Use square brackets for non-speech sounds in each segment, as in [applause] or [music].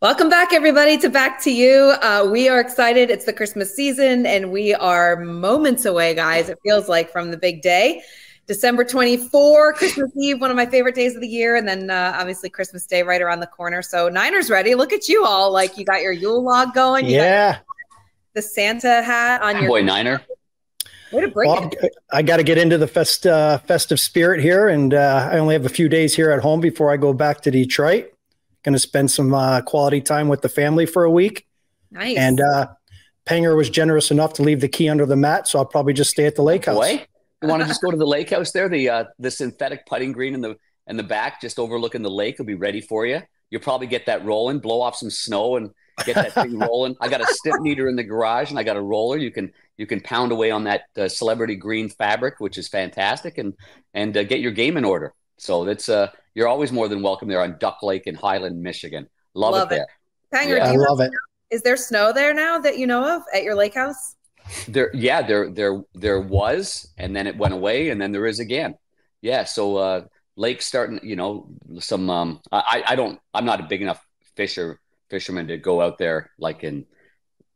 Welcome back, everybody, to Back to You. Uh, we are excited. It's the Christmas season, and we are moments away, guys, it feels like, from the big day. December 24, Christmas Eve, one of my favorite days of the year. And then uh, obviously Christmas Day right around the corner. So Niners ready. Look at you all. Like you got your Yule log going. You yeah. the Santa hat on your boy Niner. Way to bring Well, it. I got to get into the fest, uh, festive spirit here, and uh, I only have a few days here at home before I go back to Detroit. Going to spend some uh, quality time with the family for a week, Nice. and uh, Panger was generous enough to leave the key under the mat, so I'll probably just stay at the lake house. Boy, you want to just go to the lake house there? The uh, the synthetic putting green in the in the back, just overlooking the lake, will be ready for you. You'll probably get that rolling, blow off some snow, and get [laughs] that thing rolling. I got a stip meter in the garage, and I got a roller. You can you can pound away on that uh, celebrity green fabric, which is fantastic, and and uh, get your game in order. So that's uh, you're always more than welcome there on Duck Lake in Highland, Michigan. Love, Love it it. there. Tanger, yeah. I do you love it. is there snow there now that you know of at your lake house? There, yeah, there, there, there was, and then it went away, and then there is again. Yeah, so uh, lake starting, you know, some. Um, I, I don't, I'm not a big enough fisher fisherman to go out there like in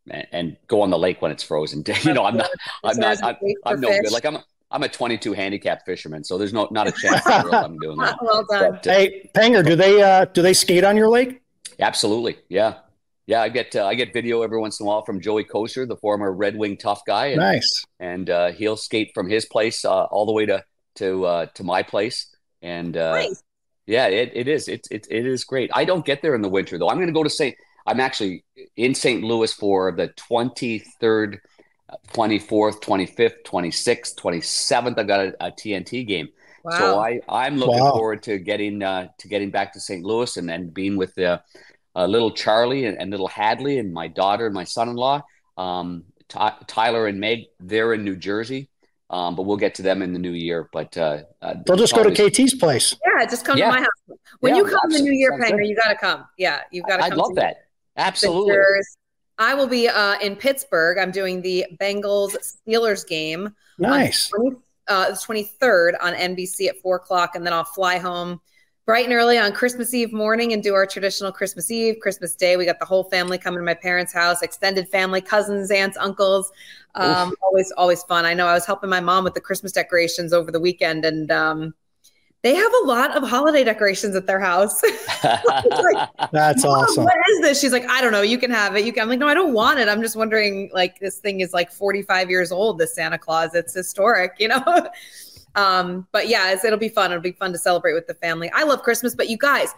and, and go on the lake when it's frozen. [laughs] You know, I'm not, I'm So not, is it I'm, safe for I'm no good. fish? Like I'm, a, I'm a 22 handicap fisherman, so there's no, not a chance in the world I'm [laughs] doing that. [laughs] well done. But, uh, Hey, Panger, do they uh, do they skate on your lake? Absolutely, yeah, yeah. I get, uh, I get video every once in a while from Joey Kosher, the former Red Wing tough guy, and Nice. and uh, he'll skate from his place uh, all the way to to uh, to my place. And uh, Nice. yeah, it, it is it's it, it is great. I don't get there in the winter though. I'm going to go to St. I'm actually in St. Louis for the 23rd, 24th, 25th, 26th, 27th. I've got a, a TNT game. Wow. So I I'm looking Wow. forward to getting uh, to getting back to St. Louis and and being with uh, uh, little Charlie and, and little Hadley and my daughter and my son-in-law, um, Ty Tyler and Meg. They're in New Jersey, um, but we'll get to them in the new year. But uh, uh, They'll just go to KT's place. yeah, just come Yeah. to my house. When Yeah, you come to New absolutely. Year, Sounds Panger, good. you got to come. Yeah, you've got to I come. love to- that. Absolutely. pictures. I will be uh, in Pittsburgh. I'm doing the Bengals Steelers game, Nice. [laughs] 20, uh, the 23rd on NBC at four o'clock, and then I'll fly home bright and early on Christmas Eve morning and do our traditional Christmas Eve, Christmas Day. We got the whole family coming to my parents' house, extended family, cousins, aunts, uncles. Um, always, always fun. I know I was helping my mom with the Christmas decorations over the weekend, and um, they have a lot of holiday decorations at their house. [laughs] That's "Mom, awesome. Oh, What is this? She's like, I don't know. You can have it. You can. I'm like, no, I don't want it. I'm just wondering. Like, this thing is like 45 years old. This Santa Claus. It's historic, you know. [laughs] um, but yeah, it's, it'll be fun. It'll be fun to celebrate with the family. I love Christmas, but you guys,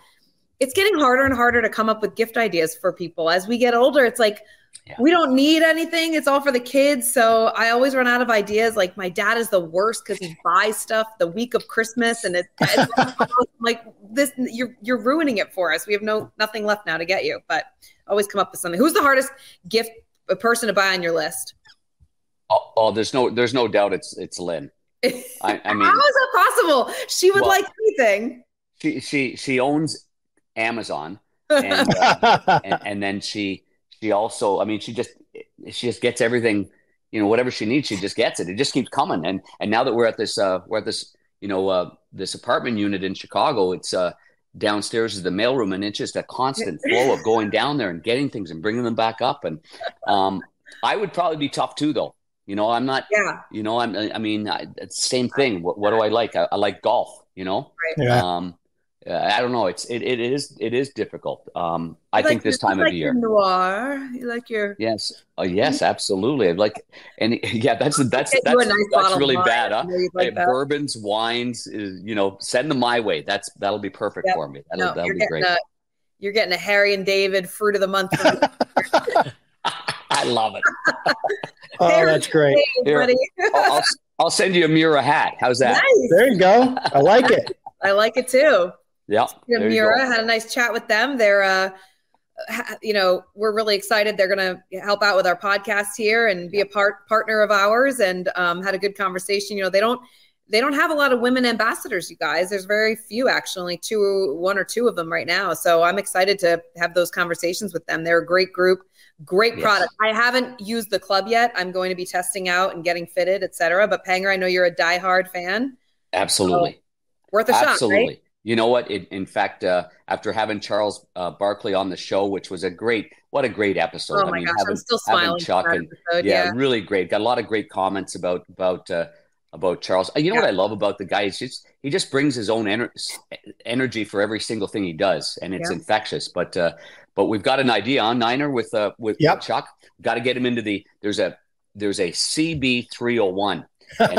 it's getting harder and harder to come up with gift ideas for people as we get older. It's like. Yeah. We don't need anything. It's all for the kids. So I always run out of ideas. Like my dad is the worst because he buys stuff the week of Christmas, and it's, it's like this. You're you're ruining it for us. We have no nothing left now to get you. But always come up with something. Who's the hardest gift a person to buy on your list? [laughs] oh, oh, there's no there's no doubt it's it's Lynn. I, I mean, How is that possible? She would Well- like anything. she she she owns Amazon and. Uh, [laughs] and, and then she she also i mean she just she just gets everything you know whatever she needs she just gets it it just keeps coming and and now that we're at this uh we're at this you know uh this apartment unit in chicago it's uh downstairs is the mailroom and it's just a constant flow of going down there and getting things and bringing them back up and um i would probably be tough too though you know i'm not [laughs] yeah, you know i'm i mean I, it's the same thing what, what do i like I, I like golf you know yeah. um uh, i don't know it's it, it is it is difficult um i You think like this your- you time of like your year noir. You like your yes oh yes absolutely I'd like and [laughs] yeah that's that's Get you a that's, nice bottle that's of really wine. bad huh I know you'd Hey, like that. bourbons wines is, you know send them my way that's that'll be perfect Yep. for me that'll, oh, No, that'll you're be getting great a you're getting a Harry and David fruit of the [laughs] month. from me, i love it Oh, that's great. Here. buddy. I'll, I'll, I'll send you a mura hat how's that Nice. There you go. I like it. I like it too. yeah Yeah, there you go. Mira had a nice chat with them. They're, uh, ha- you know, we're really excited. They're going to help out with our podcast here and be a part partner of ours. And um, had a good conversation. You know, they don't they don't have a lot of women ambassadors, you guys. There's very few, actually, only two, one or two of them right now. So I'm excited to have those conversations with them. They're a great group, great Yes. product. I haven't used the club yet. I'm going to be testing out and getting fitted, et cetera. But Panger, I know you're a diehard fan. absolutely Worth a Oh, shot, right? absolutely you know what? It, in fact, uh, after having Charles uh, Barkley on the show, which was a great, what a great episode. Oh my gosh, having, I'm still having smiling. for Chuck that and- episode, yeah, really great. Got a lot of great comments about about uh, about Charles. Uh, You know what I love about the guy? He's just he just brings his own ener- s- energy for every single thing he does, and it's Yeah. infectious. But uh, but we've got an idea on Niner with uh, with Yep. Chuck. Got to get him into the there's a there's a CB three hundred one, and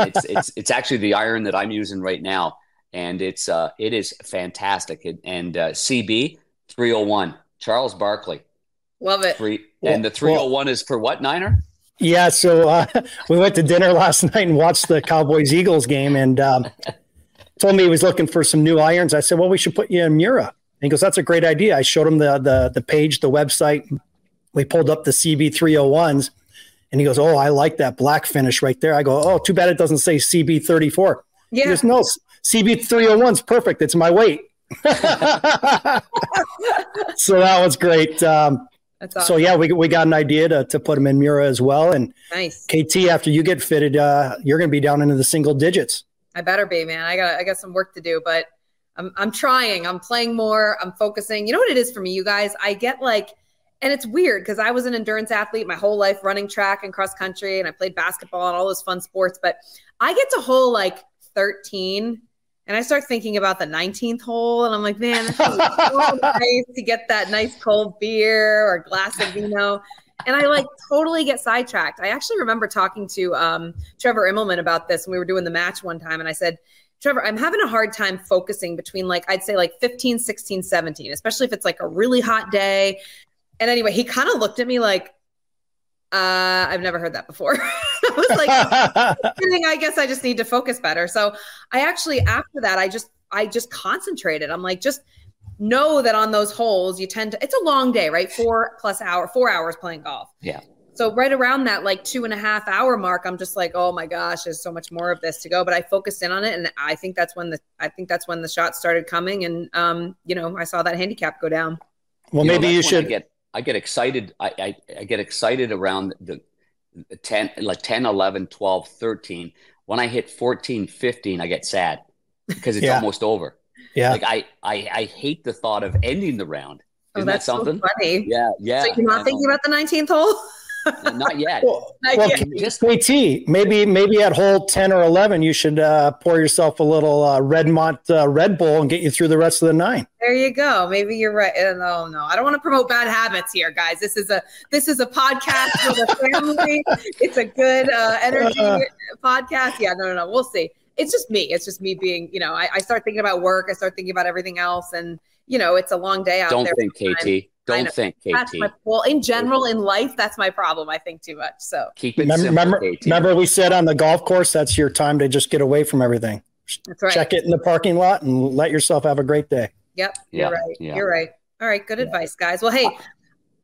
[laughs] it's it's it's actually the iron that I'm using right now, and it's uh it is fantastic. And, and uh, CB three hundred one Charles Barkley Love it. three, Well- and the three hundred one is for what Niner? Yeah, so uh, [laughs] we went to dinner last [laughs] night and watched the Cowboys Eagles game, and um, told me he was looking for some new irons. I said, "Well, we should put you in Mura." And he goes, "That's a great idea." I showed him the the the page, the website. We pulled up the CB three hundred ones, and he goes, "Oh, I like that black finish right there." I go, "Oh, too bad it doesn't say CB thirty four. He Yeah. goes, "No, CB three hundred one's perfect. It's my weight." [laughs] so that was great. Um, That's awesome. so yeah, we we got an idea to to put him in Mura as well, and. nice. KT, after you get fitted, uh, you're going to be down into the single digits. I better be, man. I got I got some work to do, but I'm I'm trying. I'm playing more. I'm focusing. You know what it is for me, you guys? I get like and it's weird because I was an endurance athlete my whole life running track and cross country and I played basketball and all those fun sports, but I get to hole like 13 and I start thinking about the 19th hole and I'm like, man, it's so nice to get that nice cold beer or glass of vino. And I like totally get sidetracked. I actually remember talking to um, Trevor Immelman about this when we were doing the match one time. And I said, Trevor, I'm having a hard time focusing between like, I'd say like 15, 16, 17, especially if it's like a really hot day. And anyway, he kind of looked at me like, uh, I've never heard that before. [laughs] I was like, thing I guess I just need to focus better. So I actually after that I just I just concentrated. I'm like just know that on those holes you tend to it's a long day, right? Four plus hour, four hours playing golf. Yeah. So right around that like two and a half hour mark, I'm just like, oh my gosh, there's so much more of this to go. But I focused in on it and I think that's when the I think that's when the shots started coming and um, you know, I saw that handicap go down. well, know, maybe you that's when should. I get I get excited. I, I, I get excited around the the 10, like 10, 11, 12, 13. When I hit 14, 15, I get sad because it's Yeah. almost over. yeah. Like I, I, I hate the thought of ending the round. Oh, Isn't that that's so something? funny. Yeah, yeah. so you're I not thinking know. about the 19th hole? [laughs] not yet. well, I well, can't- K- Just KT, maybe maybe at hole ten or eleven, you should uh, pour yourself a little uh, Redmont uh, Red Bull and get you through the rest of the nine. There you go. Maybe you're right. Uh, No, no, I don't want to promote bad habits here, guys. This is a this is a podcast for the family. It's a good uh, energy Uh. podcast. Yeah, no, no, no. We'll see. It's just me. It's just me being. You know, I, I start thinking about work. I start thinking about everything else, and you know, it's a long day out don't there. think, KT. Don't know. think, That's KT. my, well, in general, in life, that's my problem. I think too much. So Keep it Remember, simple, remember, KT. remember we said on the golf course, that's your time to just get away from everything. that's right. Check it in the parking lot and let yourself have a great day. Yep. Yeah, You're right. yeah. Uh, You're right. All right. Good advice, guys. Well, hey,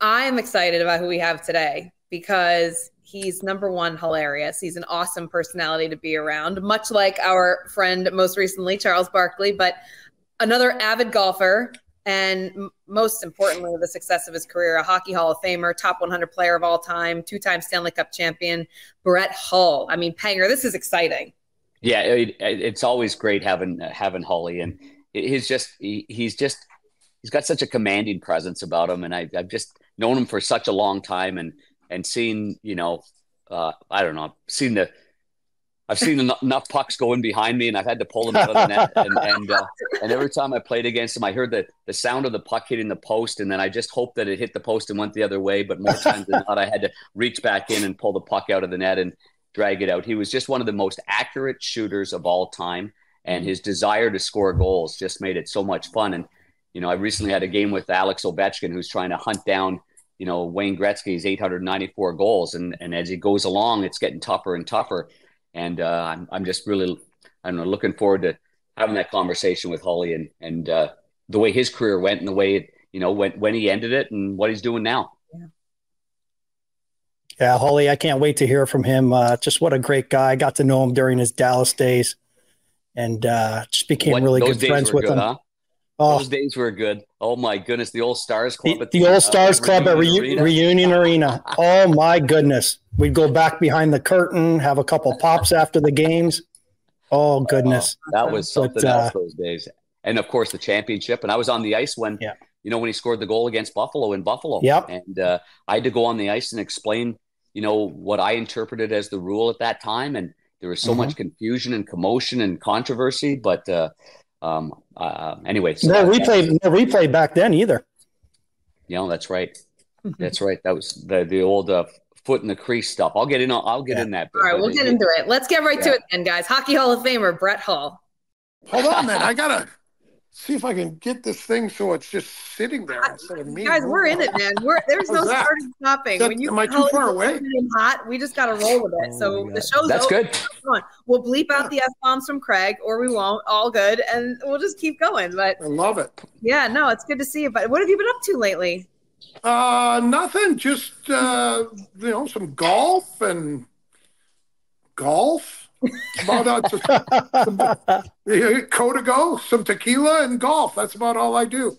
I am excited about who we have today because he's number one, hilarious. He's an awesome personality to be around, much like our friend most recently, Charles Barkley, but another avid golfer. And m- most importantly, the success of his career, a Hockey Hall of Famer, top 100 player of all time, two time Stanley Cup champion, Brett Hull. I mean, Panger, this is exciting. Yeah, it, it- it's always great having having Holly, and he's just he, he's just he's got such a commanding presence about him, and I, I've just known him for such a long time, and and seen you know uh, I don't know I've seen the I've seen enough, enough pucks going behind me, and I've had to pull them out of the net, and and, uh, and every time I played against him, I heard the the sound of the puck hitting the post, and then I just hoped that it hit the post and went the other way, but more times than not, I had to reach back in and pull the puck out of the net, and drag it out. He was just one of the most accurate shooters of all time, and his desire to score goals just made it so much fun. And you know, I recently had a game with Alex Ovechkin, who's trying to hunt down you know Wayne Gretzky's 894 goals, and and as he goes along, it's getting tougher and tougher. And uh, I'm I'm just really I don't know looking forward to having that conversation with Holly and and uh, the way his career went and the way it you know when when he ended it and what he's doing now. Yeah, Holly, I can't wait to hear from him. Uh, just what a great guy. I got to know him during his Dallas days and uh, just became What- really those good days friends were with him. huh? Oh, Those days were good. Oh my goodness, the old Stars Club. the, at the uh, old Stars Club at Reu- Arena. Reunion Arena. Oh, my goodness. We'd go back behind the curtain, have a couple pops after the games. Oh, goodness. That was something But, uh, else those days. and of course the championship. And I was on the ice when Yeah. you know when he scored the goal against Buffalo in Buffalo. Yep. And uh, I had to go on the ice and explain, you know, what I interpreted as the rule at that time, and there was so Mhm. much confusion and commotion and controversy. But uh, um, uh, anyway, so No that- replay, no replay back then either. [laughs] You know, that's right. Mm-hmm. That's right. That was the the old uh, foot in the crease stuff. I'll get in. on- I'll get Yeah. in that. All right, we'll get into it. Let's get right to Yeah. it then, guys. Hockey Hall of Famer Brett Hall. Hold on, man. I gotta see if I can get this thing so it's just sitting there instead of me. Guys, we're in it, man. We're there's no How's that? starting stopping. That- When you am I too call it far away? hot, we just got to roll with it. Oh So my the God. show's That's over. good. We'll bleep out the f bombs from Craig, or we won't. All good, and we'll just keep going. But I love it. yeah, no, it's good to see you. But what have you been up to lately? Uh, nothing. Just uh, you know, some golf and golf. About uh, just a coat ago, some tequila and golf. That's about all I do.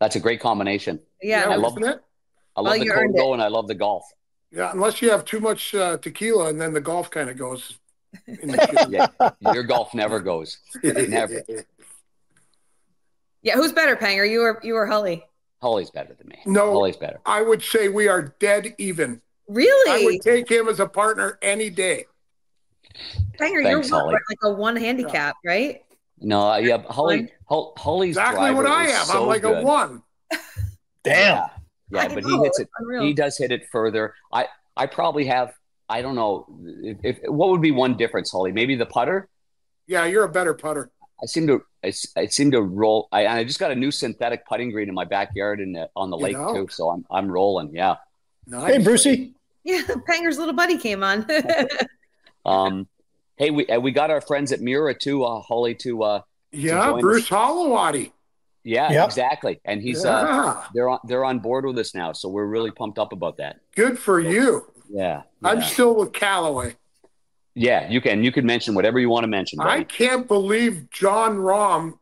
That's a great combination. Yeah, I no, love isn't it. I Well, love the you code earned go and I love the golf. Yeah, unless you have too much uh, tequila, and then the golf kind of goes. In the [laughs] Yeah, your golf never goes. Never. yeah. Who's better, Panger? You or you or Holly? Holly's better than me. No. Holly's better. I would say we are dead even. I Really, would take him as a partner any day. Panger? you're Thanks, what, Holly. like a one handicap, right? No, uh, yeah, Holly. Hol- Holly's Exactly driver what I is am. so I'm like good. a one. Damn. Yeah, I yeah but he know, hits it. it's unreal. He does hit it further. I I probably have. I don't know. If, if what would be one difference, Holly? Maybe the putter. Yeah, you're a better putter. I seem to I, s- I seem to roll. I, and I just got a new synthetic putting green in my backyard and uh, on the You lake know. too. So I'm I'm rolling. Yeah. Nice. Hey, Brucey. Yeah, [laughs] Panger's little buddy came on. [laughs] Um. Hey, we uh, we got our friends at Mura too, uh, Holly. To uh, Yeah, Join us. Bruce Hollowati. yeah, Yep. exactly. And he's uh, yeah. they're on they're on board with us now, so we're really pumped up about that. good for you. Yeah, I'm yeah. still with Callaway. yeah. You can you can mention whatever you want to mention. I buddy. can't believe John Rom.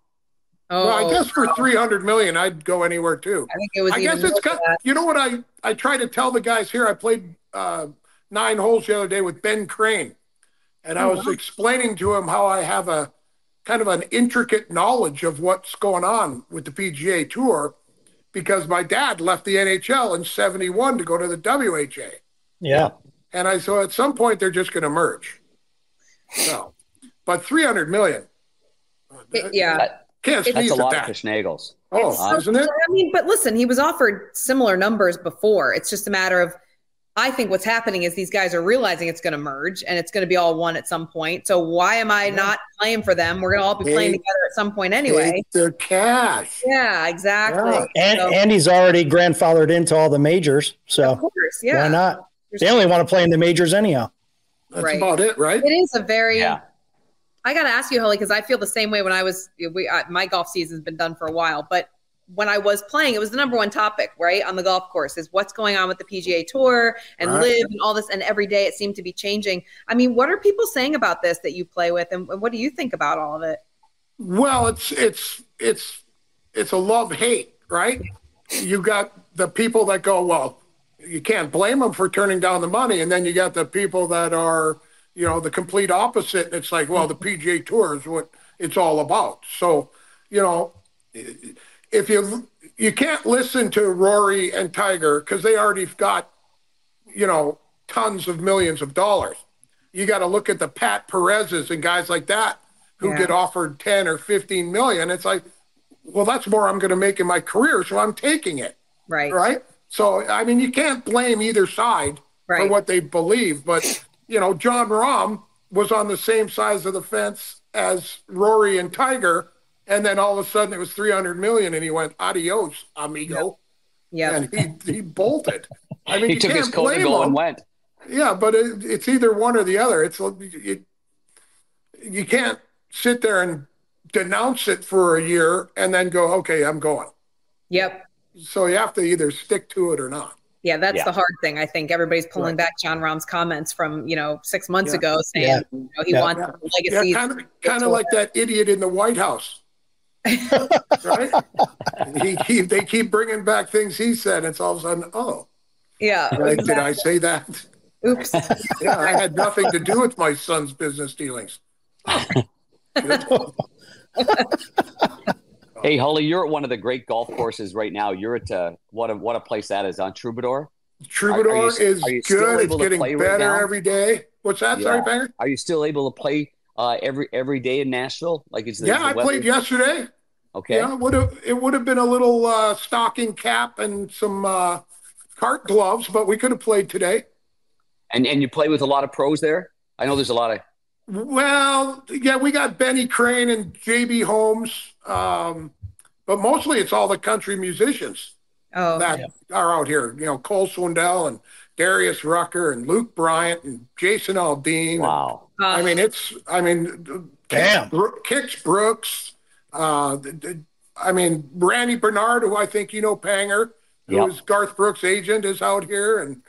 oh, Well, I guess for 300 million, I'd go anywhere too. I think it was. I even guess it's more got, than that. you know what I I try to tell the guys here. I played uh, nine holes the other day with Ben Crane, and I Oh, was explaining to him how I have a kind of an intricate knowledge of what's going on with the PGA Tour because my dad left the NHL in '71 to go to the WHA, Yeah. and I so at some point they're just going to merge. So, but 300 million. It- yeah. can't It's sneeze That's a at lot that. of Fishnagels. Oh, isn't it? I mean, but listen, he was offered similar numbers before. It's just a matter of, I think what's happening is these guys are realizing it's going to merge and it's going to be all one at some point. So why am I Yeah. not playing for them? We're going to all be playing They- together at some point anyway. Take the cash. Yeah, exactly. Yeah. And So- and he's already grandfathered into all the majors, Of so course, yeah. why not? There's- They only want to play in the majors anyhow. That's Right. about it, right? It is a very. Yeah. I got to ask you, Holly, because I feel the same way when I was, we, I, my golf season's been done for a while, but when I was playing, it was the number one topic, right? On the golf course is what's going on with the PGA Tour and Right. live and all this. And every day it seemed to be changing. I mean, what are people saying about this that you play with? And what do you think about all of it? Well, it's it's it's it's a love hate, right? You got the people that go, well, you can't blame them for turning down the money, and then you got the people that are, you know, the complete opposite. And it's like, well, the PGA Tour is what it's all about. So, you know, if you you can't listen to Rory and Tiger because they already got, you know, tons of millions of dollars. You got to look at the Pat Perez's and guys like that who Yeah. get offered 10 or 15 million. It's like, well, that's more I'm going to make in my career. So I'm taking it. Right. Right. So, I mean, you can't blame either side for Right. what they believe. But, you know, John Rahm was on the same size of the fence as Rory and Tiger. And then all of a sudden it was 300 million and he went, adios, amigo. Yeah. And he, he bolted. I [laughs] mean, He you took can't his coat and blame go and him. went. Yeah, but it, it's either one or the other. It's you, you can't sit there and denounce it for a year and then go, okay, I'm going. Yep. So you have to either stick to it or not. Yeah. That's Yeah. the hard thing. I think everybody's pulling Right. back John Rahm's comments from, you know, six months Yeah. ago saying, Yeah. you know, he Yeah. wants a Yeah, legacy. kind of, kind of like that idiot in the [laughs] White House, right? he, he, they keep bringing back things he said. And it's all of a sudden, oh, yeah. did I, did I say [laughs] that? Oops. Yeah, [laughs] Oh. I had nothing to do with my son's business dealings. Hey, Holly, you're at one of the great golf courses right now. You're at uh, what a what a place that is on Troubadour. Troubadour Are- are you- is are you still good. It's able to getting play right better now? every day. What's that? Sorry, Yeah. Banger? Are you still able to play uh, every every day in Nashville? Like is the, Yeah, the I weather- played yesterday. Okay, Yeah, it would have it would have been a little uh, stocking cap and some uh, cart gloves, but we could have played today. and and you play with a lot of pros there. I know there's a lot of Well, yeah, we got Benny Crane and JB Holmes, um, but mostly it's all the country musicians Oh, that are out here. You know, Cole Swindell and Darius Rucker and Luke Bryant and Jason Aldean. wow. I Oh, mean, Uh, it's I mean, Damn. Bro- Kix Brooks. Uh, th- th- I mean, Randy Bernard, who I think you know, Panger, who is Yeah. Garth Brooks' agent, is out here, and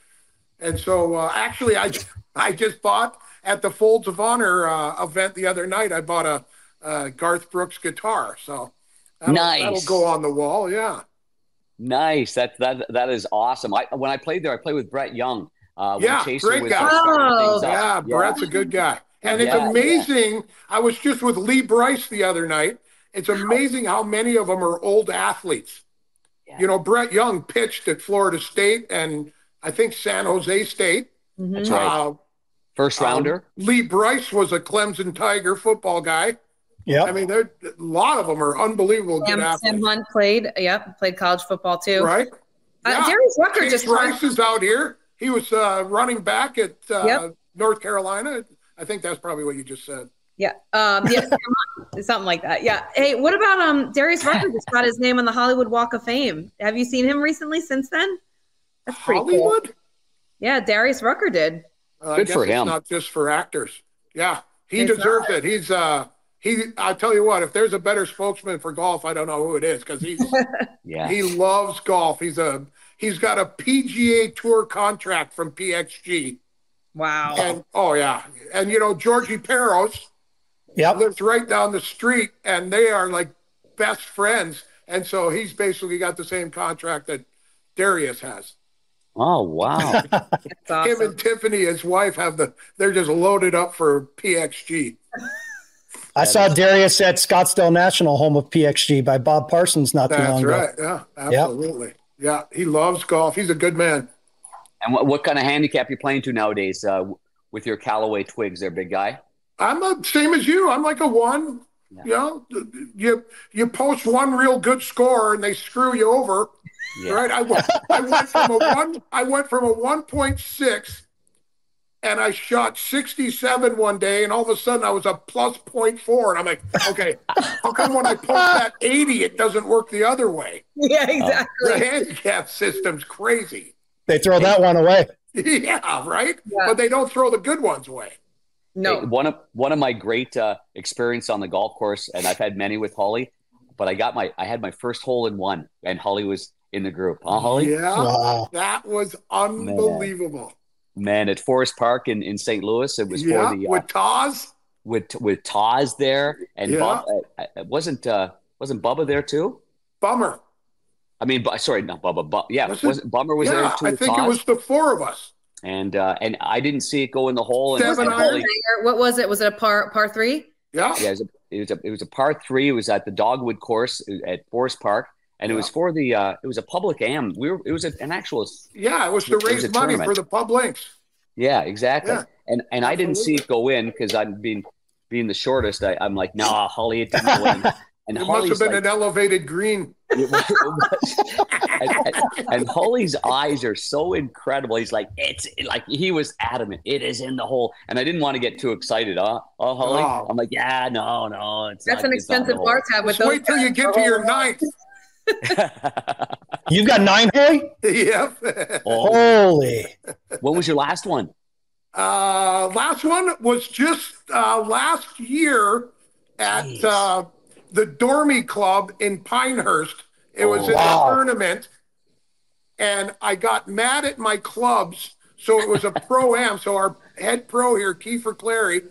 and so uh, actually, I I just bought at the Folds of Honor uh, event the other night. I bought a uh, Garth Brooks guitar, so that'll, Nice. that'll go on the wall. Yeah, Nice. That that that is awesome. I when I played there, I played with Brett Young. Uh, when Yeah, Chaser great was guy. just starting Oh, things up. yeah, Brett's a good guy, and it's Yeah, yeah. amazing. I was just with Lee Bryce the other night. It's amazing how many of them are old athletes. Yeah. You know, Brett Young pitched at Florida State and I think San Jose State. mhm. That's right. Uh, First rounder. Lee Bryce was a Clemson Tiger football guy. Yep. I mean, there a lot of them are unbelievable good Sam, Sam athletes, Hunt Um, played. Yep, played college football too. right? Uh, Yeah. Darius Rucker Case just Rice is out here. He was uh, running back at uh, Yep. North Carolina. I think that's probably what you just said. Yeah. Um, [laughs] yeah. Sam Hunt, something like that. Yeah. Hey, what about um Darius Rucker just got his name on the Hollywood Walk of Fame? Have you seen him recently since then? That's pretty cool. Hollywood? Yeah, Darius Rucker did. Uh, I Good guess for it's him. Not just for actors. Yeah, he It's deserves it. He's uh, he. I tell you what, if there's a better spokesman for golf, I don't know who it is because he's [laughs] Yeah. he loves golf. He's a he's got a PGA Tour contract from PXG, Wow. and oh yeah, and you know Georgie Peros Yep. lives right down the street, and they are like best friends, and so he's basically got the same contract that Darius has. oh [laughs] wow. That's awesome. [laughs] Him and Tiffany, his wife, have the they're just loaded up for PXG. I saw Darius at Scottsdale National, home of PXG, by Bob Parsons not too That's long ago. right. Yeah, absolutely. Yeah, he loves golf. He's a good man. and what, what kind of handicap you playing to nowadays uh, with your Callaway twigs? There, big guy. I'm a same as you. I'm like a one. You know, you you post one real good score and they screw you over, Yeah. right? I went, I went [laughs] from a one. I went from a one point six, and I shot sixty seven one day, and all of a sudden I was a plus point four, and I'm like, okay, how come when I post that eighty, it doesn't work the other way? yeah, Oh. exactly. The handicap system's crazy. They throw that one away. [laughs] Yeah, right. Yeah. But they don't throw the good ones away. Hey, No. one of one of my great uh, experience on the golf course, and I've had many with Holly, but I got my I had my first hole in one, and Holly was in the group. Huh, Holly? Yeah, Wow. that was unbelievable. Man, at Forest Park in, in St. Louis, it was Yeah, for the uh, with Taz. with with Taz there, and Yeah. Bob, uh, uh, wasn't uh, wasn't Bubba there too? Bummer. I mean, bu- sorry, not Bubba. Bu- yeah, Was was it- not Bummer was yeah, there too? I with think Taz? it was the four of us. and uh, and I didn't see it go in the hole. And, Seven and iron. Holly, What was it? Was it a par par three? Yeah. yeah, it was, a, it was a it was a par three. It was at the Dogwood Course uh, at Forest Park, and it was for the uh, it was a public am. We were it was a, an actual Yeah, it was to It was raise a money tournament. for the pub links. yeah exactly. Yeah. and and I didn't see it go in because I'm being being the shortest. I, I'm like, nah, Holly, it didn't go [laughs] in. And It must have Holly's been like, an elevated green. It was- it was. [laughs] and, and- and Holly's eyes are so incredible. He's like, it's like he was adamant. It is in the hole, and I didn't want to get too excited. Huh? Oh, Holly, Oh. I'm like, yeah, no, no, it's That's not- an it's not in expensive the hole." bar tab with Just those. wait till you get to your ninth. [laughs] [laughs] You've got nine, Hoy? yep. [laughs] oh, Holy. when was your last one? Uh, last one was just uh, last year at Jeez. uh, the Dormy Club in Pinehurst. It was Oh, in wow. a tournament, and I got mad at my clubs. So it was a pro am. So our head pro here, Kiefer Clary,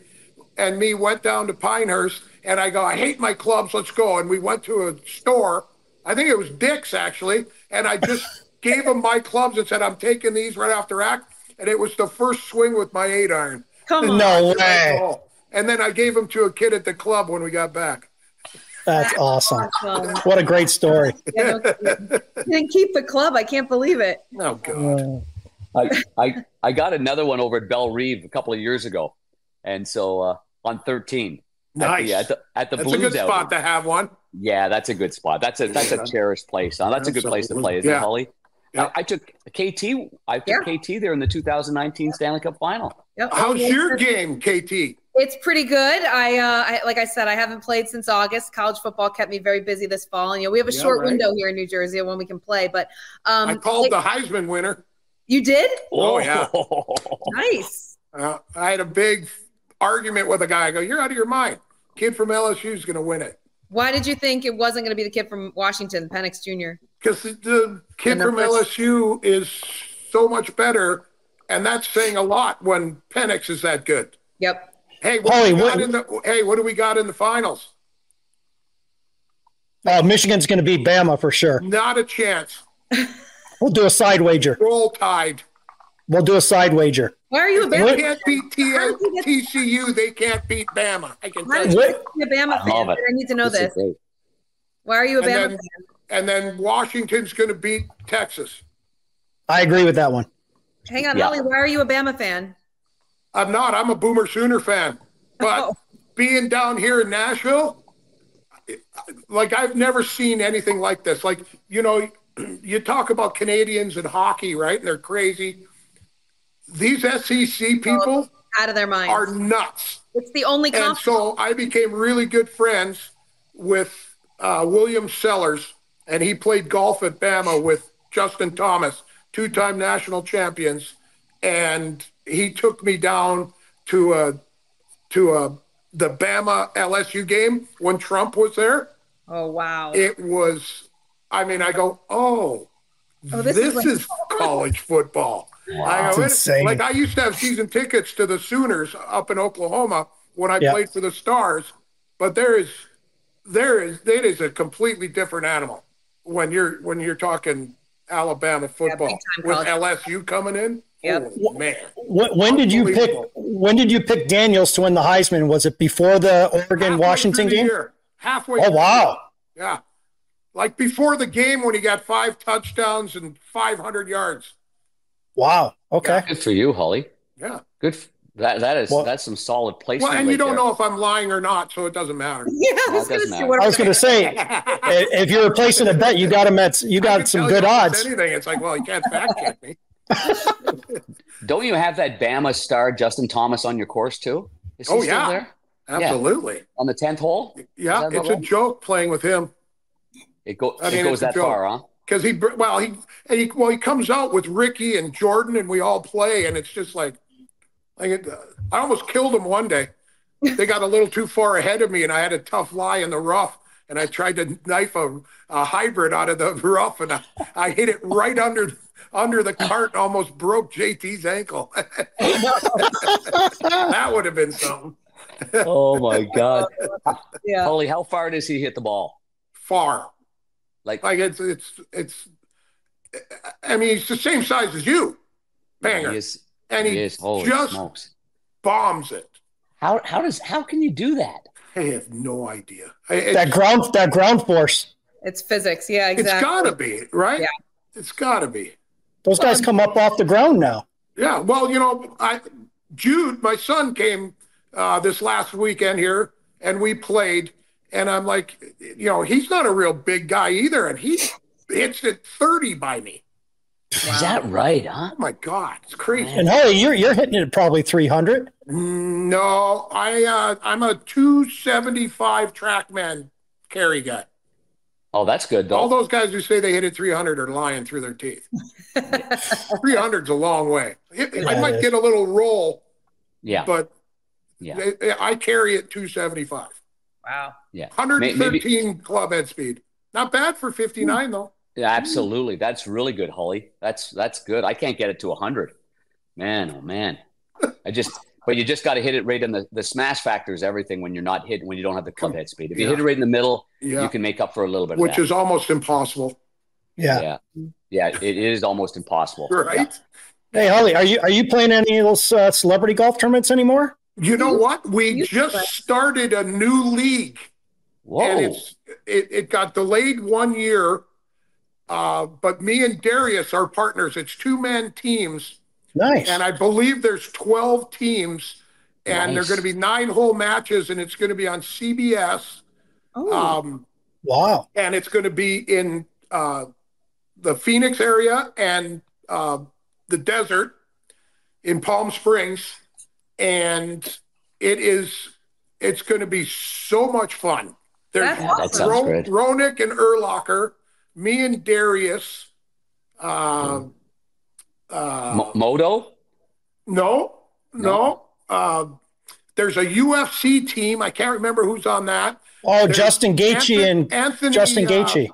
and me went down to Pinehurst, and I go, I hate my clubs. Let's go. And we went to a store. I think it was Dick's actually, and I just gave him my clubs and said, I'm taking these right after act. And it was the first swing with my eight iron. Come on. No Right way. ball. And then I gave them to a kid at the club when we got back. That's awesome. What a great story. Yeah, no kidding. [laughs] you didn't keep the club. I can't believe it. Oh God. Uh, I, I, I got another one over at Bell Reeve a couple of years ago. And so uh, on 13. Nice. Yeah, at the, at the That's a Blues good Outing. spot to have one. Yeah, that's a good spot. That's a that's a Yeah. cherished place. Uh, that's a good place to play, isn't Yeah. it, Holly? Yeah. I, I took KT. I took KT there in the 2019 Stanley Cup Final. Yep. How's It's- your game, KT? It's pretty good. I, uh, I like I said, I haven't played since August. College football kept me very busy this fall, and you know we have a Yeah, short right. window here in New Jersey when we can play. But um, I called like- the Heisman winner. you did [laughs] Oh, yeah. Oh. nice. Uh, I had a big argument with a guy. I go, "You're out of your mind. Kid from LSU is going to win it Why did you think it wasn't going to be the kid from Washington, Penix Jr.? because the, the kid And the from first- LSU is so much better." And that's saying a lot when Penix is that good. Yep. Hey, what Paulie, do we got what- in the, hey, what do we got in the finals? oh, Michigan's going to beat Bama for sure. Not a chance. We'll do a side wager. Roll Tide. We'll do a side wager. Why are you a They Bama? can't beat T- How did you get- TCU. They can't beat Bama. I can Why tell did you. you What? get to be a Bama I fan? love I it. need to know This is this. great. Why are you a And Bama then- fan? And then Washington's going to beat Texas. I agree with that one. Hang on, Yeah. Holly. Why are you a Bama fan? I'm not. I'm a Boomer Sooner fan. But Oh. being down here in Nashville, like I've never seen anything like this. Like, you know, [clears throat] you talk about Canadians and hockey, right? And they're crazy. These SEC people Out of their minds. are nuts. it's the only And conference. so I became really good friends with uh, William Sellers, and he played golf at Bama with Justin Thomas, two time national champions. And he took me down to a, to a, the Bama LSU game when Trump was there. oh wow. It was, I mean, I go, oh, Oh, this, this is is, like- college football. I It's know it- insane. Like I used to have season tickets to the Sooners up in Oklahoma when I Yeah. played for the Stars, but there is there is it is a completely different animal when you're when you're talking Alabama football big-time with college. LSU coming in. Yep. Oh, man, When, when did you pick? Unbelievable. When did you pick Daniels to win the Heisman? Was it before the Oregon Washington Halfway through the game? year. halfway. Oh through the wow! year. yeah. Like before the game when he got five touchdowns and 500 yards. Wow. Okay. Good for you, Holly. Yeah. Good. f that that is Well- that's some solid placement. Well, and you right don't there. know if I'm lying or not, so it doesn't matter. [laughs] yeah, I Well, was it going to doesn't say matter. what I was going to say i- if you're placing a bet, you got him at you I got could some tell good you almost odds. Anything. It's like, well, you can't fact check me. Don't you have that Bama star Justin Thomas on your course too? Is he Oh, still yeah. there Absolutely. on the tenth hole? Yeah, Is that it's a right? joke playing with him It, go, I mean, it it's goes a that joke. far, huh? because he, br- well, he, and he, well, he comes out with Ricky and Jordan, and we all play, and it's just like, like it, I almost killed him one day. They got a little too far ahead of me, and I had a tough lie in the rough, and I tried to knife a, a hybrid out of the [laughs] rough, and I, I hit it right under under the cart, and almost broke JT's ankle. [laughs] that would have been something Oh [laughs] my God, Yeah. Holly! How far does he hit the ball? far. Like Like it's it's it's. I mean, he's the same size as you, banger, He is, and he, he is. Holy just smokes! bombs it. How how does how can you do that? I have no idea. I- It's, That ground that ground force. It's physics. Yeah, it's exactly. gotta be right. Yeah. It's gotta be. Those guys come up off the ground now. Yeah. Well, you know, I Jude, my son came uh, this last weekend here, and we played, and I'm like, you know, he's not a real big guy either, and he hits it 30 by me. Is that right, huh? Oh my god, it's crazy. And Holly, you're you're hitting it probably 300. No, I uh, I'm a 275 TrackMan carry guy. Oh, that's good though. All those guys who say they hit it 300 are lying through their teeth. 300's a long way. It- I Yeah, it might is. get a little roll, yeah, but yeah, I- I carry it 275. [laughs] Wow. yeah. May- 113 Maybe, club head speed. Not bad for 59 though. yeah, absolutely. That's really good, Holly. That's that's good. I can't get it to hundred. Man, oh [laughs] man. I just but you just got to hit it right in the the smash factor is everything when you're not hitting when you don't have the club head speed. If you Oh, Yeah. hit it right in the middle, Yeah, you can make up for a little bit. which of is almost impossible, Yeah. that. yeah, yeah. It is almost impossible. Yeah. right? Hey Holly, are you are you playing any of those uh, celebrity golf tournaments anymore? You know what? We You- just started a new league Whoa. and it's it, it got delayed one year. Uh, but me and Darius are partners. It's two man teams, Nice. and I believe there's twelve teams, Nice. and they're going to be nine whole matches, and it's going to be on CBS. Oh, Um, wow. and it's going to be in uh, the Phoenix area and uh, the desert in Palm Springs, and it is it's going to be so much fun. There's That's that sounds Ro- great. Ronick and Erlocker, me and Darius. Hmm. Uh, uh, Mo- Moto? no, no. Uh, there's a UFC team. I can't remember who's on that. Oh, There's Justin Gaethje Anthony- and Anthony, Justin uh, Gaethje.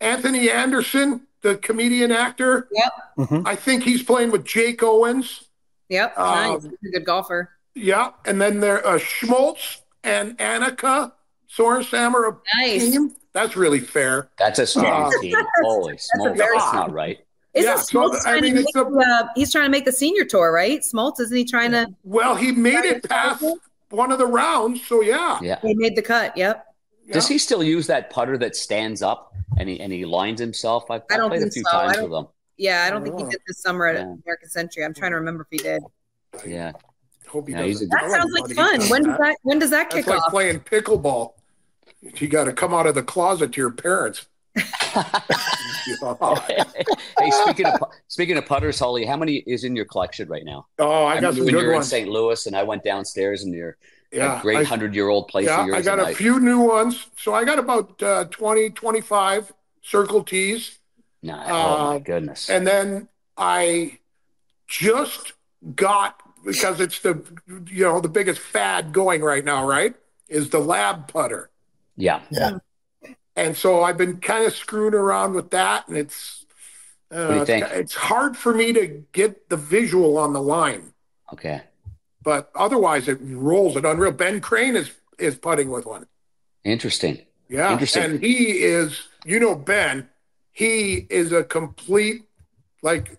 Anthony Anderson, the comedian actor. Yep. Mhm. I think he's playing with Jake Owens. yep. nice. um, He's a good golfer. Yeah, and then there uh, Schmaltz and Annika Sorenstam are a Nice. team. That's really fair. That's a strong Uh, [laughs] team. Holy smokes. very- That's not right. Isn't yeah, so, Smoltz I trying to mean, it's make a- the, uh, he's trying to make the senior tour, right? Smoltz, isn't he trying to? Well, he made it past one of the rounds, so yeah. Yeah. He made the cut. Yep. Does Yeah. he still use that putter that stands up and he and he lines himself? I've, I I've don't played a think few so. I times don't- with him. Yeah, I don't think he Oh. did this summer at Yeah. American Century. I'm trying to remember if he did. Yeah. Hope he Yeah, he's doesn't- a- I That don't sounds know like what he fun. does When does that. that when does that That's kick like off? playing pickleball. You got to come out of the closet to your parents. [laughs] oh, [laughs] hey, speaking of pu- speaking of putters, Holly, how many is in your collection right now? oh, I got remember some when you good were ones. in St. Louis, and I went downstairs and your Yeah, that great I- hundred year old place Yeah, of yours. I got and a few new ones. So I got about uh, 20, 25 circle tees. Nah, oh my uh, goodness. And then I just got, because it's the, you know, the biggest fad going right now, right? Is the lab putter. yeah, And so I've been kind of screwing around with that. And it's, uh, do you think? it's- it's hard for me to get the visual on the line, okay, but otherwise it rolls it unreal. Ben Crane is, is putting with one. interesting. Yeah, Interesting. and he is, you know, Ben. He is a complete, like,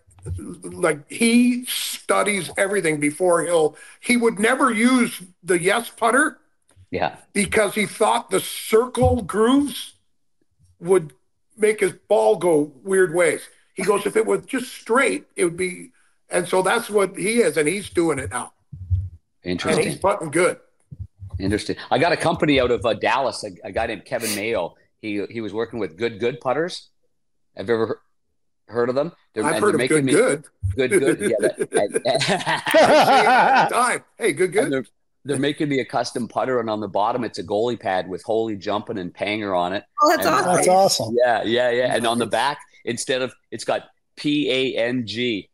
like he studies everything before he'll. He would never use the yes putter Yeah, because he thought the circle grooves would make his ball go weird ways. He goes, if it was just straight, it would be. And so that's what he is, and he's doing it now, and interesting. he's putting good. Interesting. I got a company out of uh, Dallas. A, a guy named Kevin Mayo. He he was working with Good Good Putters. Have you ever he- heard of them? They're, I've and heard they're of good, me- good. Good [laughs] Good. Yeah, [laughs] that- and- Time. Hey, good, And good. they're they're making me a custom putter, and on the bottom it's a goalie pad with holy jumping and panger on it. Oh, that's And- awesome. [laughs] That's awesome. Yeah, yeah, yeah. And on the back, instead of it's got P A N G.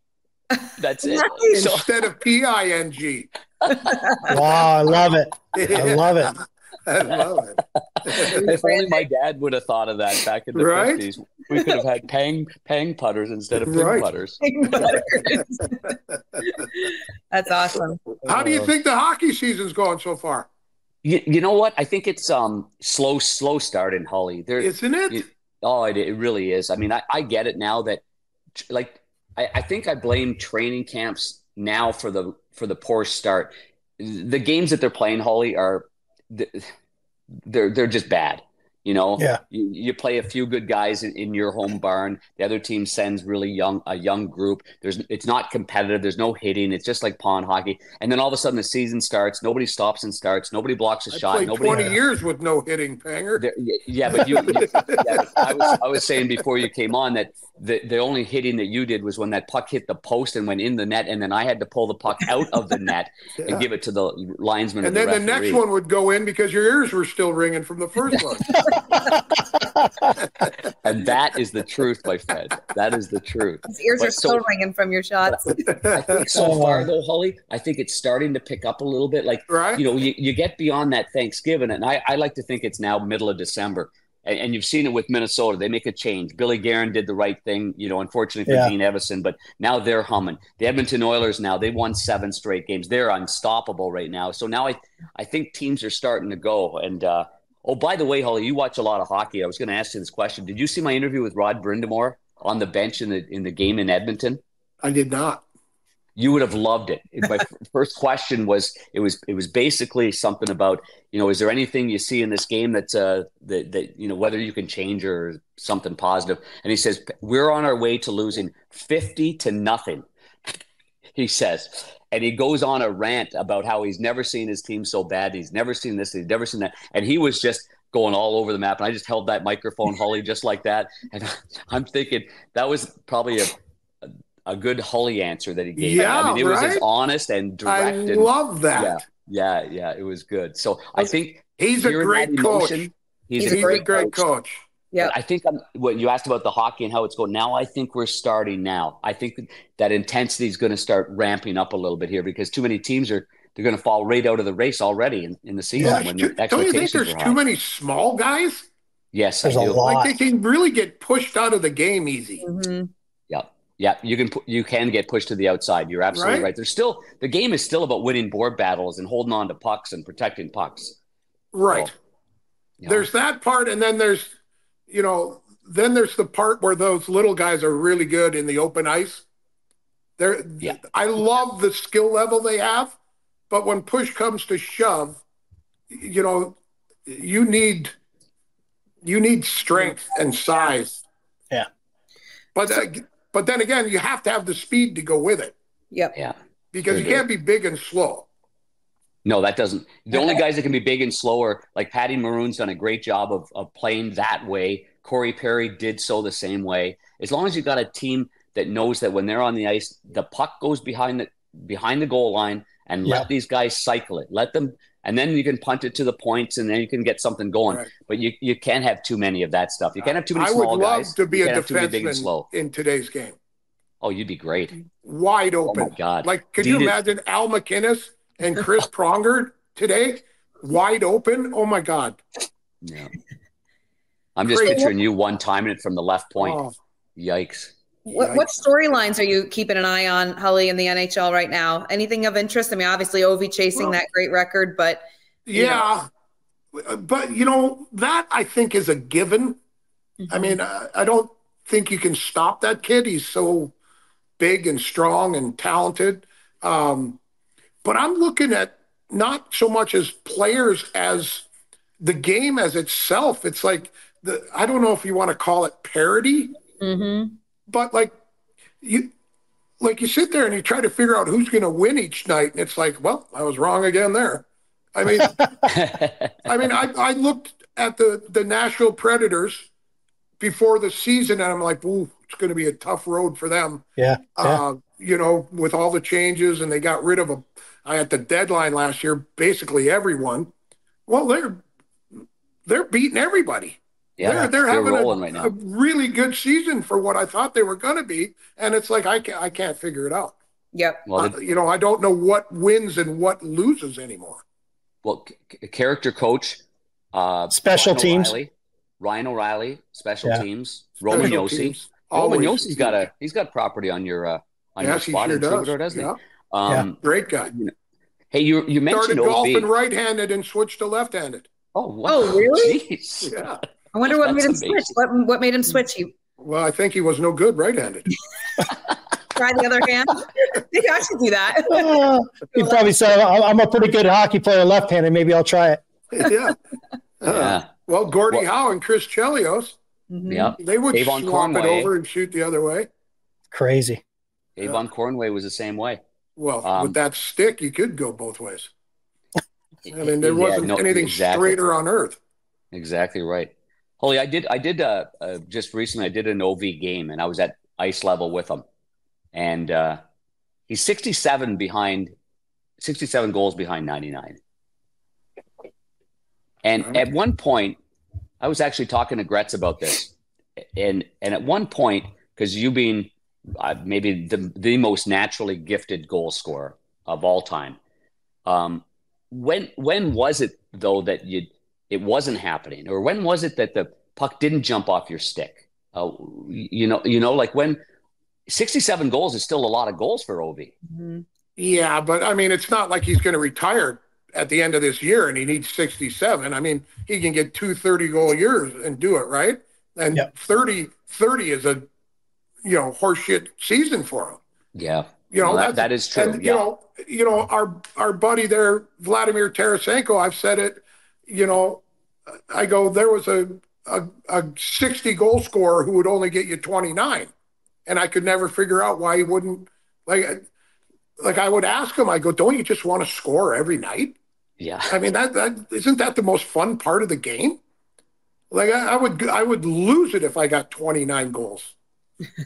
[laughs] That's it. Nice. So instead of P I N G. [laughs] Wow, I love it. I love it. I love it. [laughs] if only my dad would have thought of that back in the Right? fifties, we could have had pang pang putters instead of ping Right. putters. [laughs] that's awesome. How do you think the hockey season's going so far? You, you know what? I think it's um slow slow start in Holly. There, Isn't it? Oh, it, it really is. I mean, I, I get it now that, tr- like, I, I think I blame training camps now for the for the poor start. The games that they're playing, Holly, are they're they're just bad. You know, Yeah. You, you play a few good guys in, in your home barn. The other team sends really young a young group. There's it's not competitive. There's no hitting. It's just like pond hockey. And then all of a sudden the season starts. Nobody stops and starts. Nobody blocks a I shot. played Nobody 20 years with no hitting, Panger. there- y- yeah, but you, you- yeah, I, was, I was saying before you came on that the, the only hitting that you did was when that puck hit the post and went in the net, and then I had to pull the puck out of the net and give it to the linesman. or And then the referee. next one would go in because your ears were still ringing from the [laughs] first one. and that is the truth, my friend. That is the truth. His ears are But so- still ringing from your shots. I think so far though, Holly, I think it's starting to pick up a little bit. Like Right? you know, you, you get beyond that Thanksgiving, and I, I like to think it's now middle of December. And, and you've seen it with Minnesota. They make a change. Billy Guerin did the right thing, you know, unfortunately for Yeah. Gene Evison, but now they're humming. The Edmonton Oilers now, they won seven straight games. They're unstoppable right now. So now I, I think teams are starting to go. And, uh, oh, by the way, Holly, you watch a lot of hockey. I was going to ask you this question. Did you see my interview with Rod Brindamore on the bench in the, in the game in Edmonton? I did not. you would have loved it. My first question was it was it was basically something about you know is there anything you see in this game that's uh that that you know whether you can change or something positive? And he says we're on our way to losing fifty to nothing. He says, and he goes on a rant about how he's never seen his team so bad. He's never seen this. He's never seen that. And he was just going all over the map. And I just held that microphone, [laughs] Holly, just like that. And I'm thinking that was probably a a, a good Holly answer that he gave. Yeah, I mean, it was right? as honest and direct. I and, love that. Yeah, yeah, yeah. It was good. So I think He's a hearing great that coach. emotion, He's, a great, coach. Yeah. I think I'm, what you asked about the hockey and how it's going now. I think we're starting now. I think that intensity is going to start ramping up a little bit here because too many teams are they're going to fall right out of the race already in, in the season Gosh, when do- their don't you think expectations there's are too high. many small guys? Yes, Uh, There's I a do. lot. Like they can really get pushed out of the game easy. Mhm. Yeah, yeah, you can pu- you can get pushed to the outside. You're absolutely Right? right. There's still the game is still about winning board battles and holding on to pucks and protecting pucks. Right. you know. There's that part, and then there's, you know, then there's the part where those little guys are really good in the open ice. They're, Yeah. I love the skill level they have, but when push comes to shove, you know, you need you need strength and size. Yeah. But uh, but then again, you have to have the speed to go with it Yep. yeah. because you Sure do. can't be big and slow. No, that doesn't. The only guys that can be big and slow are like Patty Maroon's done a great job of, of playing that way. Corey Perry did so the same way. As long as you've got a team that knows that when they're on the ice, the puck goes behind the behind the goal line and Yeah. let these guys cycle it. Let them and then you can punt it to the points and then you can get something going. Right. But you, you can't have too many of that stuff. You can't have too many I small would love guys. to be you a can't have too many big and defenseman slow. in today's game. Oh, you'd be great. Wide Oh open. my god. Like, could Deed you is- imagine Al McInnes and Chris Pronger today, wide open? Oh my God! Yeah. I'm just Great. picturing you one timing it from the left point. Oh, Yikes. What, what storylines are you keeping an eye on, Holly, in the NHL right now? Anything of interest? I mean, obviously, Ovi chasing Well- that great record, but yeah, but you know that I think is a given. Mm-hmm. I mean, I, I don't think you can stop that kid. He's so big and strong and talented. Um, but I'm looking at not so much as players as the game as itself. It's like the I don't know if you want to call it parody. Mhm. but like you like you sit there and you try to figure out who's going to win each night and it's like well i was wrong again there [laughs] i mean [laughs] i mean I, I looked at the the nashville predators before the season and i'm like ooh it's going to be a tough road for them Yeah. yeah. uh, you know with all the changes and they got rid of a i at the deadline last year basically everyone well they're they're beating everybody yeah, they're, they're having a- rolling right a now. really good season for what I thought they were going to be, and it's like I can't, I can't figure it out. yep. Well, Uh, the, you know, I don't know what wins and what loses anymore. well, c- c- character coach, uh, Special Ryan teams. O'Reilly, Ryan O'Reilly, special Yeah. teams. Roman Special Yossi. teams, Roman always. Yossi's got a he's got property on your uh, on your yes, he spot sure in does. Troubadour, doesn't yeah. he? Um, Great guy. Hey, you you mentioned Started golfing OB. right-handed and switched [laughs] to left-handed. Oh, wow. Oh, really? Jeez. Yeah. I wonder what That's made him amazing. switch. What, what made him switch? He Well, I think he was no good right-handed. [laughs] tried the other hand. [laughs] Maybe I should do that. Uh, [laughs] he probably said, "I'm I'm a pretty good hockey player, left-handed. Maybe I'll try it." yeah. Uh, Yeah, well, Gordie Well- Howe and Chris Chelios, Mhm. yeah. they would Avon swap Conway, it eh? over and shoot the other way. Crazy. Avon Cornway was the same way. Well, Um, with that stick, you could go both ways. I mean, there Yeah, wasn't no, anything exactly. straighter on earth. Exactly right. Holy, I did. I did uh, uh, just recently. I did an OV game, and I was at ice level with him, and uh, he's sixty-seven behind, sixty-seven goals behind ninety-nine. And Wow. at one point, I was actually talking to Gretz about this, and and at one point, because you being uh, maybe the the most naturally gifted goal scorer of all time, um, when when was it though that you it wasn't happening or when was it that the puck didn't jump off your stick uh, you know you know like when 67 goals is still a lot of goals for ov Mhm. Yeah, but I mean, it's not like he's going to retire at the end of this year and he needs 67. I mean, he can get two 30 goal years and do it, right? And Yep. thirty thirty 30, 30 is a, you know, horseshit season for him. yeah You know, Well, that- that's- that is true, And, yeah. You know, you know, our our buddy there, Vladimir Tarasenko. I've said it. You know, I go there was a a, a sixty goal scorer who would only get you twenty nine, and I could never figure out why he wouldn't like. Like I would ask him, I go, "Don't you just want to score every night?" Yeah. I mean, that, that isn't that the most fun part of the game? Like I, I would, I would lose it if I got 29 goals.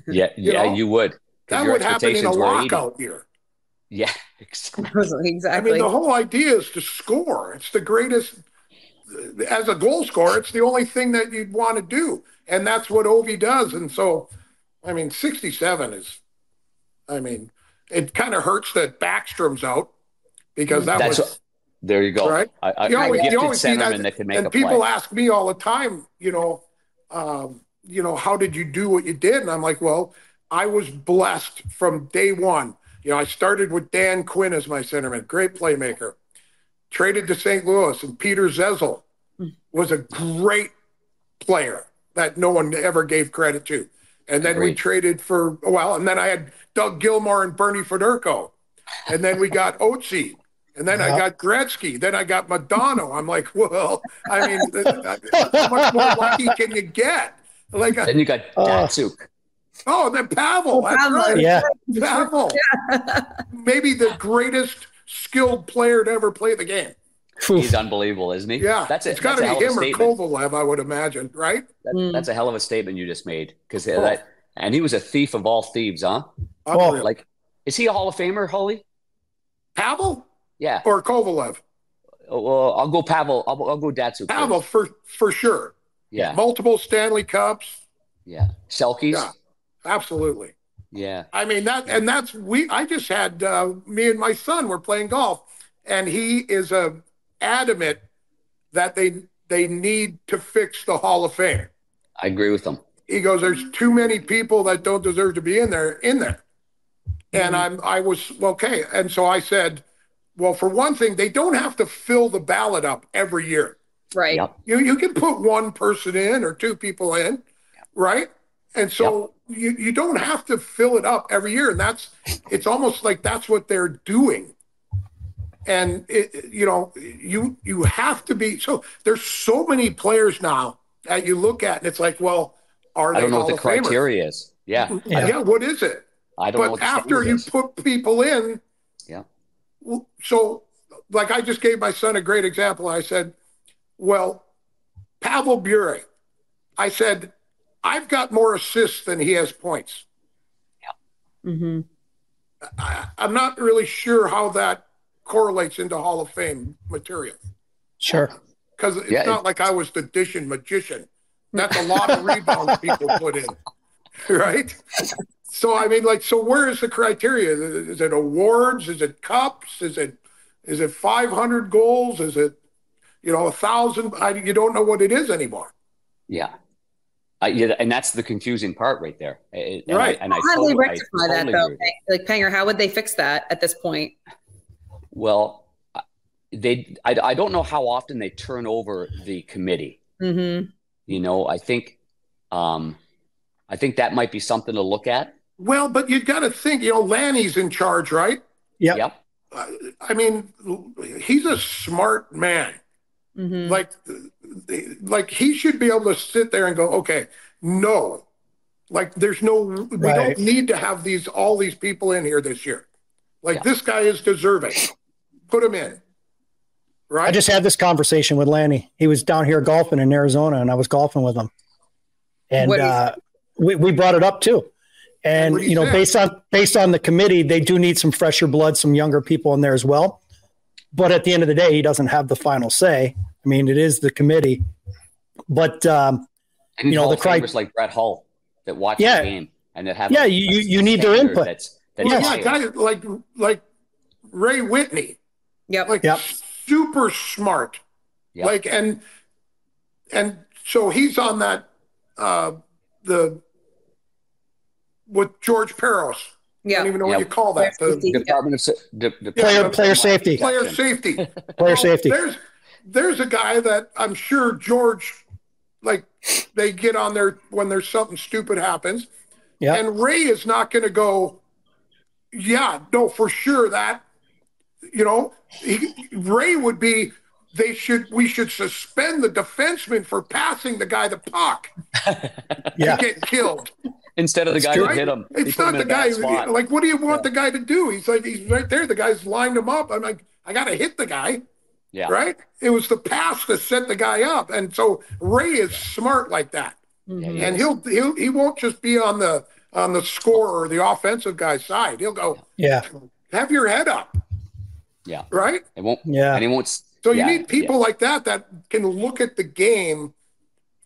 Yeah. [laughs] You yeah. know, You would. 'cause That your would happen in a expectations were 80. lockout year. [laughs] Yeah. exactly. I Mm-hmm. [laughs] exactly. mean, the whole idea is to score. It's the greatest. As a goal scorer, it's the only thing that you'd want to do, and that's what Ovi does. And so, I mean, 67 is. I mean, it kind of hurts that Backstrom's out because that That's was what- There you go. Right? I, I, You a always- you gifted always see centerman that, that- can make and a people play. ask me all the time, you know, um, you know, how did you do what you did? And I'm like, well, I was blessed from day one. You know, I started with Dan Quinn as my centerman, great playmaker. Traded to St. Louis, and Peter Zezel was a great player that no one ever gave credit to. And then we Agreed. traded for well, and then I had Doug Gilmore and Bernie Federico, and then we got Ochi, and then I Yeah. got Gretzky, then I got Madonna. I'm like, well, I mean, th- th- how much more lucky can you get? Like, Then you got Oh. Datsuk. oh, then Pavel, that's Pavel, right, Yeah. Pavel, maybe the greatest skilled player to ever play the game. He's unbelievable, isn't he? Yeah, That's it. It's got That's a to hell be of a him or statement. Kovalev, I would imagine, right? That- Mm. That's a hell of a statement you just made. Because Oh. that, and he was a thief of all thieves, huh? Well, Unreal. Like, is he a Hall of Famer, Holly? Pavel Yeah. or Kovalev? Oh, well, I'll go Pavel. I'll, I'll go Datsuk. first. Pavel for for sure. Yeah. Multiple Stanley Cups, Yeah. Selkies. Yeah. absolutely. Yeah. I mean that, and that's we. I just had uh, me and my son were playing golf, and he is uh, adamant that they they need to fix the Hall of Fame. I agree with him. He goes, "There's too many people that don't deserve to be in there in there," and I'm I was well, okay, and so I said, "Well, for one thing, they don't have to fill the ballot up every year." right. Yep. You you can put one person in or two people in, right? And so you, you don't have to fill it up every year. And that's it's almost like that's what they're doing. And it, you know, you you have to be so there's so many players now that you look at and it's like, well, are I they don't know Hall what the of Famers? criteria is. Yeah. Yeah. Yeah. what is it? I don't know what But the after standard you is. put people in, Yeah. well, so like I just gave my son a great example. I said, well, Pavel Bure, I said, I've got more assists than he has points. Mm-hmm. I, I'm not really sure how that correlates into Hall of Fame material Sure. because it's Yeah, not like I was the dish and magician. That's a lot of rebounds people put in, [laughs] right? So I mean, like, so where is the criteria? Is it awards? Is it cups? Is it is it 500 goals? Is it you know a thousand? I, you don't know what it is anymore. Yeah. I, yeah, and that's the confusing part right there. And I- Right. and I How do totally, they I rectify that totally though? agree. Like Panger, how would they fix that at this point? Well, I- they I, I don't know how often they turn over the committee. Mm-hmm. You know, I think um I think that might be something to look at. Well, but you got to think. You know, Lanny's in charge, right? Yep. Yep. I, I mean, he's a smart man. Mm-hmm. like Mm-hmm. like he should be able to sit there and go okay no like there's no we Right. don't need to have these all these people in here this year like Yeah. this guy is deserving put him in right I just had this conversation with Lanny. He was down here golfing in Arizona, and I was golfing with him, and What do you uh, we we brought it up too. And What do you you know, think? based on based on the committee, they do need some fresher blood, some younger people in there as well. But at the end of the day, he doesn't have the final say. I mean, it is the committee. But um, And you You know, know, the the cri- Famers like Brett Hull that watch Yeah. the game and that have Yeah, a- you- a you- you need their standard input. That's that's well, yeah higher. guys like like ray whitney Yep. like Yep. super smart Yep. like and and so he's on that uh the with george peros i yep. don't even know Yeah. what you call that Player the safety. Department of Sa- De- Department player of player Homeland safety, player Protection. safety [laughs] player Well, safety. There's there's a guy that I'm sure George, like they get on there when there's something stupid happens, Yeah, and Ray is not going to go. yeah, no, for sure that you know he, Ray would be. They should. We should suspend the defenseman for passing the guy the puck. Yeah. Get killed. Instead of the guy right? that hit him, he It's put him not in the a bad guy. spot. Like, what do you want the guy to do? He's like, he's right there. The guy's lined him up. I'm like, I gotta hit the guy, yeah, right? It was the pass that set the guy up, and so Ray is smart like that, Yeah, Mhm. yeah. and he'll he'll he won't just be on the on the scorer or the offensive guy's side. He'll go Yeah. have your head up, Yeah. right? It won't. Yeah. And he won't. s- So you yeah, need people like that that can look at the game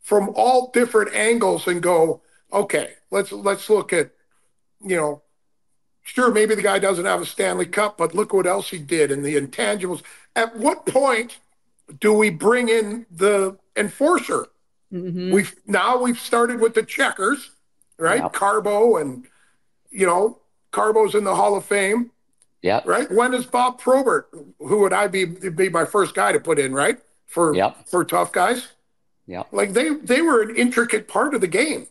from all different angles and go, okay, let's let's look at, you know, sure maybe the guy doesn't have a Stanley Cup, but look what else he did and the intangibles. At what point do we bring in the enforcer? Mhm. We've now we've started with the checkers, right? Mm. Yeah. Carbo and you know, Carbo's in the Hall of Fame Yeah. right? When is Bob Probert? Who would I be be my first guy to put in, right? For Yep. for tough guys. Yep. Like they they were an intricate part of the game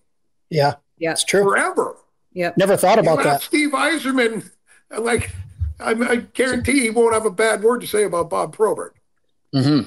Yeah. Yeah. It's true. forever. Yep. Never thought You about ask that. Steve Eiserman, like I, I guarantee he won't have a bad word to say about Bob Probert. hmm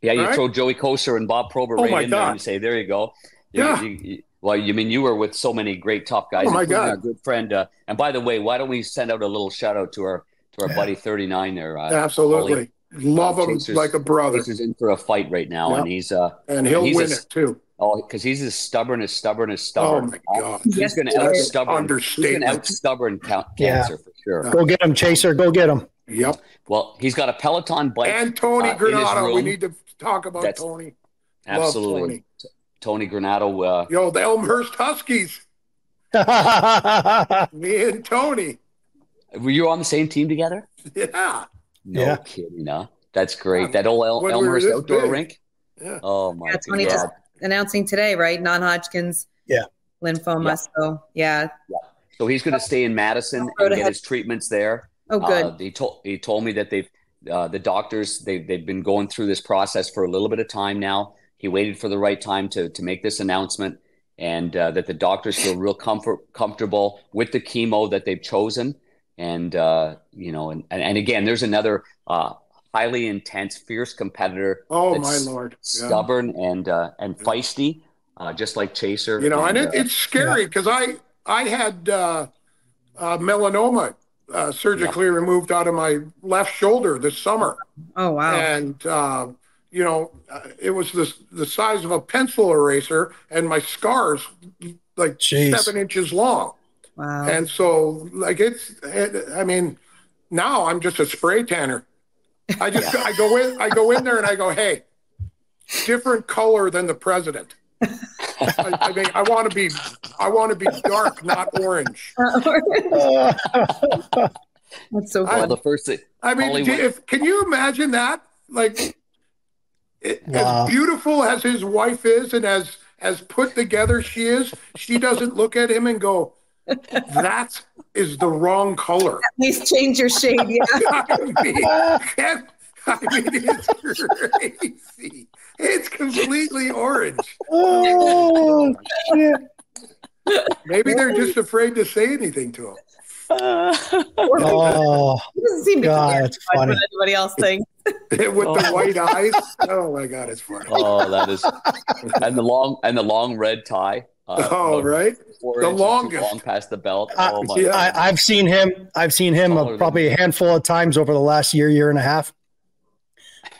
Yeah, you Right? throw Joey Koser and Bob Probert Oh, right my in there God. and you say, "There you go." You- Yeah. you- you- well, you mean you were with so many great top guys. Oh, my including God. Our good friend. Uh, and by the way, why don't we send out a little shout out to our to our buddy Thirty Nine there? Uh, Absolutely. Love him Chaser's- like a brother, Koser's in for a fight right now, Yeah. and he's uh and he'll he's a win s- it too. oh because he's as stubborn as stubborn as Oh stubborn. my God! He's Yes, going to he out is. stubborn. He's going to Understatement. out stubborn count Yeah. cancer for sure. Go get him, Chaser. Go get [laughs] him. [laughs] Yep. Well, he's got a Peloton bike. And Tony uh, in his Granado. We room. need to talk about That's- Tony. Love Absolutely, Tony, Granado. Uh, Yo, the Elmhurst Huskies. yeah. Me and Tony. [laughs] were you on the same team together? Yeah. No Yeah. kidding, huh? That's Yeah, great. That old El- when we were Elmhurst this outdoor big. rink. Yeah. Oh my That's god! when he just- Announcing today, right? Non-Hodgkin's. Yeah. Lymphoma. Yeah. So yeah. So he's going to stay in Madison Road and get ahead. his treatments there. Oh, good. Uh, he told he told me that they've uh, the doctors they they've been going through this process for a little bit of time now. He waited for the right time to to make this announcement, and uh, that the doctors feel real comfort comfortable with the chemo that they've chosen. And uh, you know, and and, and again, there's another uh, highly intense, fierce competitor Oh my That's lord! Yeah. stubborn and uh, and feisty, uh, just like Chaser. You know, and uh, it, it's scary because I I had uh, uh, melanoma uh, surgically removed out of my left shoulder this summer, oh wow. and uh, you know uh, it was this the size of a pencil eraser, and my scars like Jeez. seven inches long, wow. and so like it's it, I mean now I'm just a spray tanner. I just I go in I go in there and I go hey, different color than the president. I, I mean, I want to be, I want to be dark, not orange. [laughs] That's so well, fun. the first thing, I mean, Hollywood. d- if can you imagine that? Like, it, Wow. as beautiful as his wife is, and as as put together she is, she doesn't look at him and go, "That is the wrong color." [laughs] Please change your shade. Yeah. I mean, that- [laughs] I mean, it's crazy. It's completely orange. [laughs] oh, shit. Maybe they're just afraid to say anything to him. Oh, He doesn't seem to God, care that's about funny. what anybody else thinks. [laughs] with the Oh. white eyes. Oh my god, it's funny. oh, that [laughs] is, and the long and the long red tie. Uh, Oh, about right. four the inches too longest. long past the belt. Uh, oh my yeah, I, I've seen him. I've seen him uh, probably a handful of times over the last year, year and a half.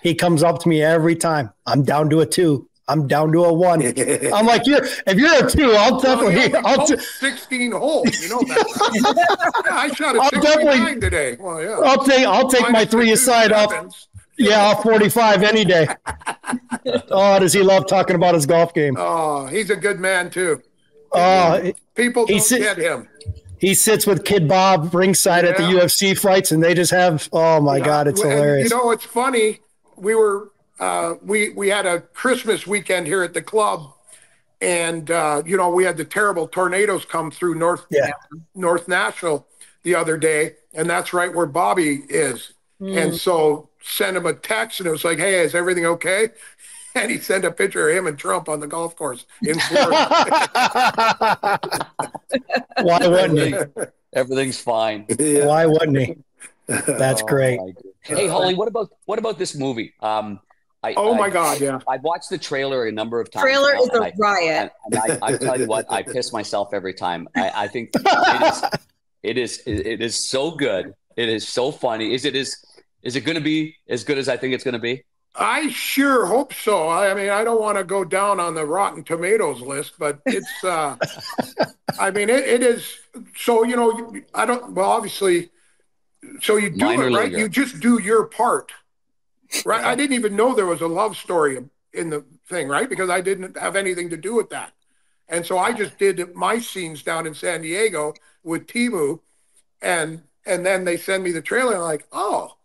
He comes up to me every time. I'm down to a two. I'm down to a [laughs] one. I'm like, you're if you're a two, I'll Well, definitely, you know, we I'll, poked de- 16 holes. You know that. [laughs] right? yeah, I shot I'll a definitely- 69 today. Well, yeah. I'll take, I'll take my Minus the three two aside off. sevens. Yeah, off 45 any [laughs] day. oh, does he love talking about his golf game? Oh, he's a good man too. Oh, People He don't sit- get him. he sits with Kid Bob ringside at the Yeah. UFC fights, and they just have. Oh my God, it's And, hilarious. You know, it's funny. We were uh, we we had a Christmas weekend here at the club, and uh, you know we had the terrible tornadoes come through North Yeah. North Nashville the other day, and that's right where Bobby is. Hmm. Mm. And so sent him a text, and it was like, "Hey, is everything okay?" [laughs] And he sent a picture of him and Trump on the golf [laughs] course in Florida. Why wouldn't he? Everything's fine. Yeah. Why wouldn't he? That's Oh, great. my goodness. Hey, Holly, what about what about this movie? Um, I, [laughs] Oh I- my God, yeah. I've watched the trailer a number of times. Trailer now, is and a I- riot. [laughs] and- and I, I tell you what, I piss myself every time. I, I think it is, it is it is so good. It is so funny. Is it is is it going to be as good as I think it's going to be? I sure hope so. I, I mean, I don't want to go down on the Rotten Tomatoes list, but it's, uh, I mean, it, it is. So, you know, you- I don't, well, obviously, so you do Minor it, right? leaguer. You just do your part, right? I didn't even know there was a love story in the thing, right? Because I didn't have anything to do with that. And so I just did my scenes down in San Diego with Timu, and and then they send me the trailer. And I'm like, oh,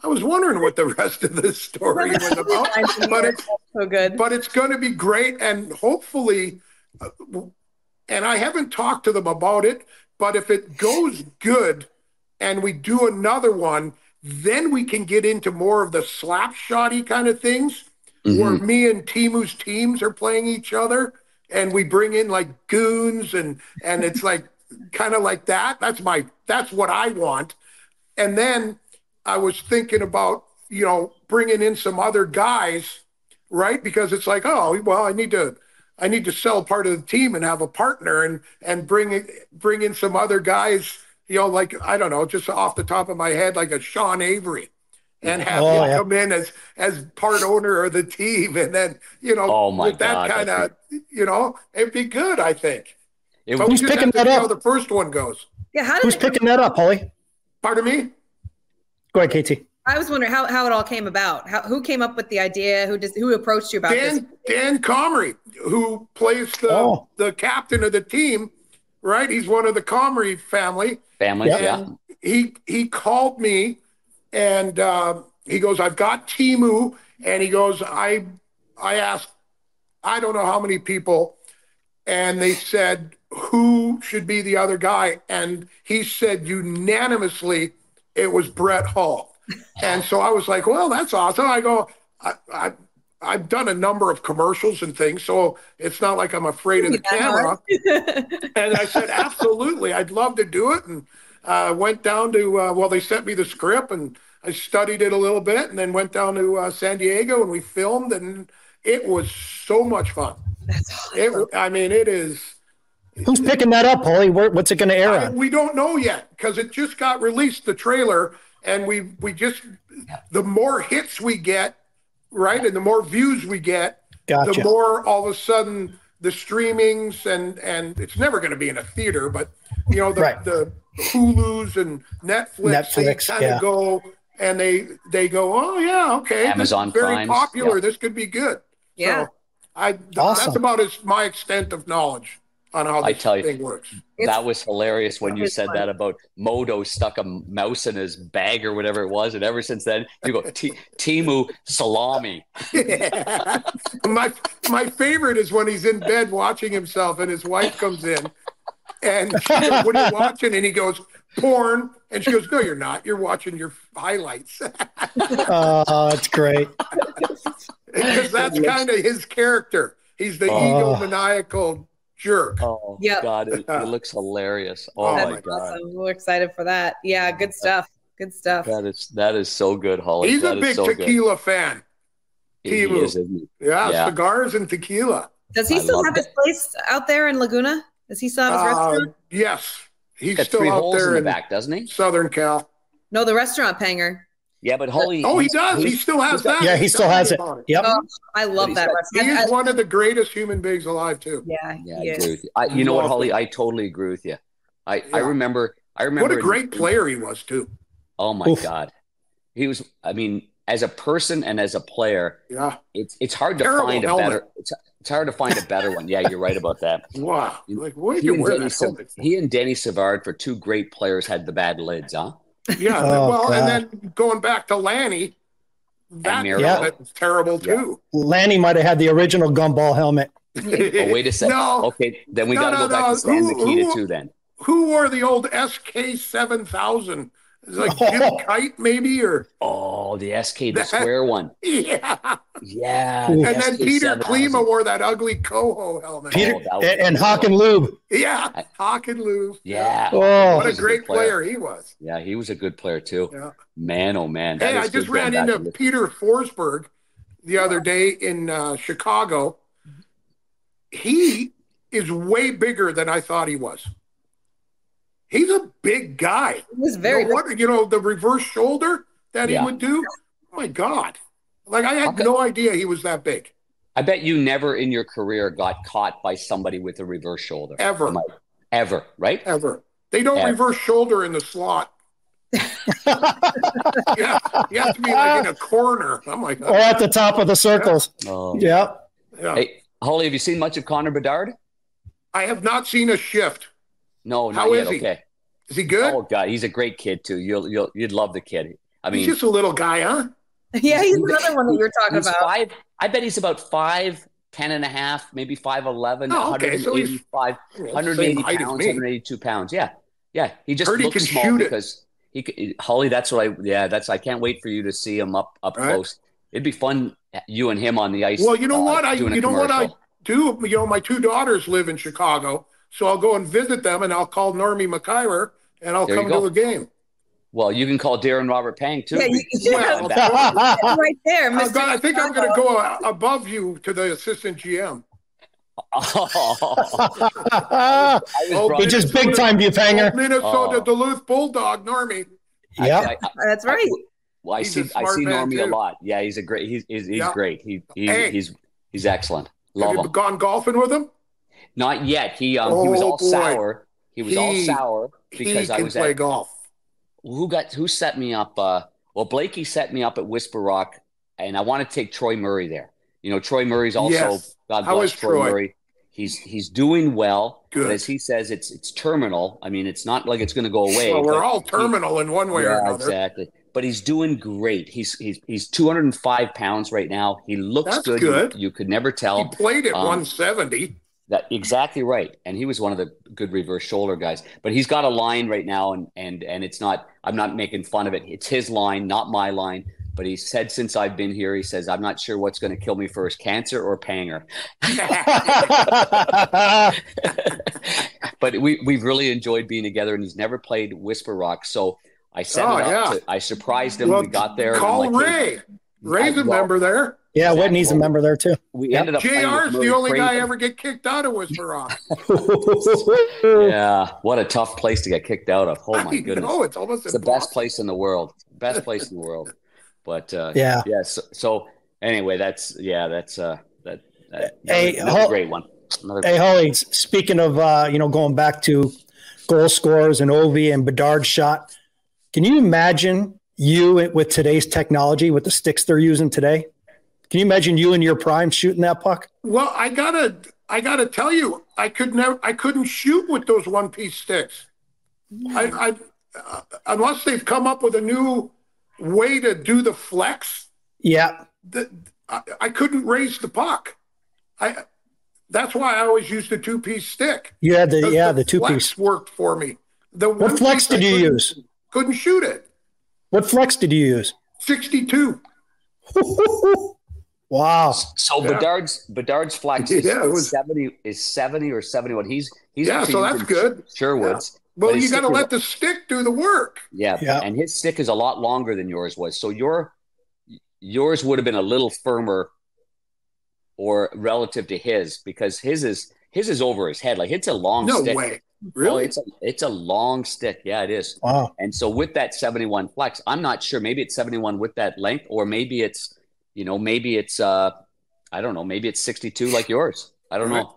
I was wondering what the [laughs] rest of this story [laughs] was about. Oh, but it's so good. but it's going to be great, and hopefully, uh, and I haven't talked to them about it. But if it goes good, and we do another one, then we can get into more of the slap shotty kind of things where Mm-hmm. me and Timu's teams are playing each other and we bring in like goons and and it's like kind of like that that's my that's what I want and then I was thinking about you know bringing in some other guys right because it's like oh well I need to I need to sell part of the team and have a partner and and bring it- bring in some other guys you know like I don't know just off the top of my head like a Sean Avery and have Oh, him yeah. come in as as part owner of the team and then you know Oh, my with that God, kind of that'd you know it'd be good I think It was but we Who's just picking have to that see up? how the first one goes Yeah, how did Who's it, picking that up, Holly? pardon me Go ahead, KT. I was wondering how, how it all came about. How, who came up with the idea? Who does who approached you about this? Dan Dan Comrie, who plays the Oh. the captain of the team, right? He's one of the Comrie family. Families, Yeah. yeah. He he called me, and um, he goes, "I've got Timu," and he goes, "I I asked, I don't know how many people, and they said who should be the other guy, and he said unanimously it was Brett Hall." And so I was like, well, that's awesome. I go, I, I, I've done a number of commercials and things, so it's not like I'm afraid of the That camera. and I said, absolutely, I'd love to do it. And uh, went down to, uh, well, they sent me the script and I studied it a little bit and then went down to uh, San Diego and we filmed and it was so much fun. That's awesome. It, I mean, it is, Who's picking that up, Holly? Where, what's it going to air I- on? we don't know yet because it just got released the trailer and we we just the more hits we get right and the more views we get the Gotcha. more all of a sudden the streamings and and it's never going to be in a theater but you know the, Right. the hulu's and netflix, they Netflix, kind of yeah. go and they they go oh yeah okay this is Amazon very Primes, popular yeah. this could be good Yeah. so i Awesome. that's about as my extent of knowledge on how I this tell you. thing works [laughs] It's- that was hilarious when you it's said fun. that about Modo stuck a mouse in his bag or whatever it was, and ever since then you go T- Timu salami. my my favorite is when he's in bed watching himself and his wife comes in and she goes, what are you watching and he goes porn and she goes no you're not you're watching your highlights [laughs] Oh, that's great. because that's kind of his character he's the Oh. egomaniacal jerk Oh Yep. God, it, [laughs] it looks hilarious. Oh, Oh, That's my God, awesome. We're excited for that. Yeah, good stuff. Good stuff. that is that is so good, Holly. he's a Oh, That is big so good. tequila fan He Timu. is, isn't he? yeah, Yeah. cigars and tequila Does he I still love have his place out there in Laguna? Does he still have his Uh, restaurant? yes he's Got still three out holes in there the in back, doesn't he? southern cal No, the restaurant panger. Yeah, but Holly. oh he he's- does he he's- still has he's got- that Yeah, he still has it. About Yep. Oh, I love he's that got- he restaurant. is I- one of the greatest human beings alive too yeah, Yeah, I he is. agree with you. I, you know what, Love Holly? it. I totally agree with you. I, I Yeah. remember. I remember. what a in- great player he was too Oh my Oof. God, he was. I mean, as a person and as a player, yeah it's it's hard to Terrible find a helmet. better. It's, it's hard to find a better one. Yeah, you're right about that. Wow. You- Like, where He [laughs] you and, wear Danny that Sav- helmet? he and Danny Savard, for two great players, had the bad lids, huh? Yeah. Oh, well, God. and then going back to Lanny, that Miro. helmet was terrible Yeah. too. Lanny might have had the original gumball helmet. Oh, [laughs] wait a second. No. Okay, then we No, got to no, go back no. to Stan Who- Mikita who- too. Then Who wore the old SK 7000? [laughs] It's like Jim Kite, maybe, or [laughs] oh, the SK, the That- square one. yeah. Yeah. Ooh. the And then SK Peter 7000. Klima wore that ugly coho helmet. Peter Oh, that was and, and cool. Hawk and Lube. Yeah, Hawk and Lou. Yeah. Oh, What a He's a good great player. player he was. Yeah, he was a good player too. Yeah. Man, oh man. that is Hey, I just good going ran back into and look- Peter Forsberg the other day in uh, Chicago. He is way bigger than I thought he was. He's a big guy. He was very no wonder, you know, the reverse shoulder that Yeah. he would do. Oh my God. Like, I had Okay. no idea he was that big, I bet you never in your career got caught by somebody with a reverse shoulder. ever, Am I- Ever, right? ever. They don't Ever. reverse shoulder in the slot. [laughs] yeah, you have to be like in a corner. I'm like, or at the top of the circles. Oh. Yeah. yeah. Hey, Holly, have you seen much of Connor Bedard? I have not seen a shift. No, not How yet. is he? Okay. Is he good? Oh god, he's a great kid too. You'll you'll you'd love the kid. I mean, He's just a little guy, huh? [laughs] yeah, he's another one that we were talking he's about. five. I bet he's about five, ten and a half, maybe five eleven. Oh, okay, so he's- 185 You know, 180 same height pounds, as me. 182 pounds. Yeah, yeah. He just Heard he looks can small shoot it. because he c- Holly. That's what I. Yeah, that's. I can't wait for you to see him up up Right. close. It'd be fun, you and him on the ice. Well, you know uh, what? I doing a you know what I commercial. do. You know, my two daughters live in Chicago, so I'll go and visit them, and I'll call Normie McIver, and I'll There you come go. to a game. Well, you can call Darren Robert Pang too. Yeah, you- Well, Going back. That's right there. I'm Mr. gonna- I think I'm going to Chicago. go a- above you to the assistant GM. [laughs] [laughs] Oh, I was Oh, [laughs] brought- he just big time you Old panger. Minnesota Oh. Duluth Bulldog Normie. I- Yeah. I- I- That's right. Well, I He's see. a I smart see man, Normie a too. lot. Yeah, he's a great. He's he's, he's Yeah. great. He he's, Hey. he's he's excellent. Have Love you him. gone golfing with him? Not yet. He um he was Oh, all boy. sour. He was all He- sour because he I can was play at golf. who got who set me up. Uh, well, Blakey set me up at Whisper Rock, and I want to take Troy Murray there. You know, Troy Murray's also Yes. God How bless is Troy Troy? Murray. He's he's doing well, but Good. as he says, it's it's terminal. I mean, it's not like it's going to go away. well, we're but all he- terminal in one way or yeah, another. exactly. But he's doing great. He's he's he's 205 pounds right now. He looks That's good. good. You, you could never He tell. played at Um, 170. [laughs] That exactly right. And he was one of the good reverse shoulder guys. But he's got a line right now, and and and it's not. I'm not making fun of it. It's his line, not my line. But he said since I've been here, he says I'm not sure what's going to kill me first, cancer or panger. [laughs] but we we've really enjoyed being together, and he's never played Whisper Rock, so. I set Oh, it up. yeah. to- I surprised him. Well, we got there. and I'm Call like, hey, Ray. Ray's I- a member there. [laughs] yeah, Whitney's a member there too. We Yep. ended up. playing with JR's the Murray only guy Craven. ever get kicked out of Whisper Rock. Yeah, what a tough place to get kicked out of. [laughs] Oh my I goodness, know, it's almost it's the best impossible. place in the world. Best place in the world. But uh, yeah, [laughs] yeah. so, so anyway, that's yeah, that's uh, that, that Hey, another Hol- great one. Another, Hey, Holly, s- speaking of, uh, you know, going back to goal scorers and Ovi and Bedard shot, can you imagine you with today's technology, with the sticks they're using today? Can you imagine you in your prime shooting that puck? Well, I gotta, I gotta tell you, I could never, I couldn't shoot with those one piece sticks. Hmm. I, I, uh, unless they've come up with a new way to do the flex, Yeah. that I, I couldn't raise the puck. I, that's why I always used the two piece stick. You had the, 'Cause yeah, the two flex piece. worked for me. The one What flex piece I did you couldn't- use? Couldn't shoot it. What flex did you use? [laughs] Sixty-two. wow. so Yeah. Bedard's Bedard's flex is [laughs] Yeah, it was- seventy is seventy or seventy one. He's he's Yeah, actually so that's using good. Sherwood's. Well, But his you got to stick is- let the stick do the work. Yeah. Yeah. And his stick is a lot longer than yours was. So your yours would have been a little firmer or relative to his because his is his is over his head. Like it's a long No stick. way. Oh, Really? it's a it's a long stick. Yeah, it is. Wow. And so with that 71 flex, I'm not sure. Maybe it's 71 with that length, or maybe it's, you know, maybe it's uh I don't know, maybe it's 62 like yours. I don't Right. know.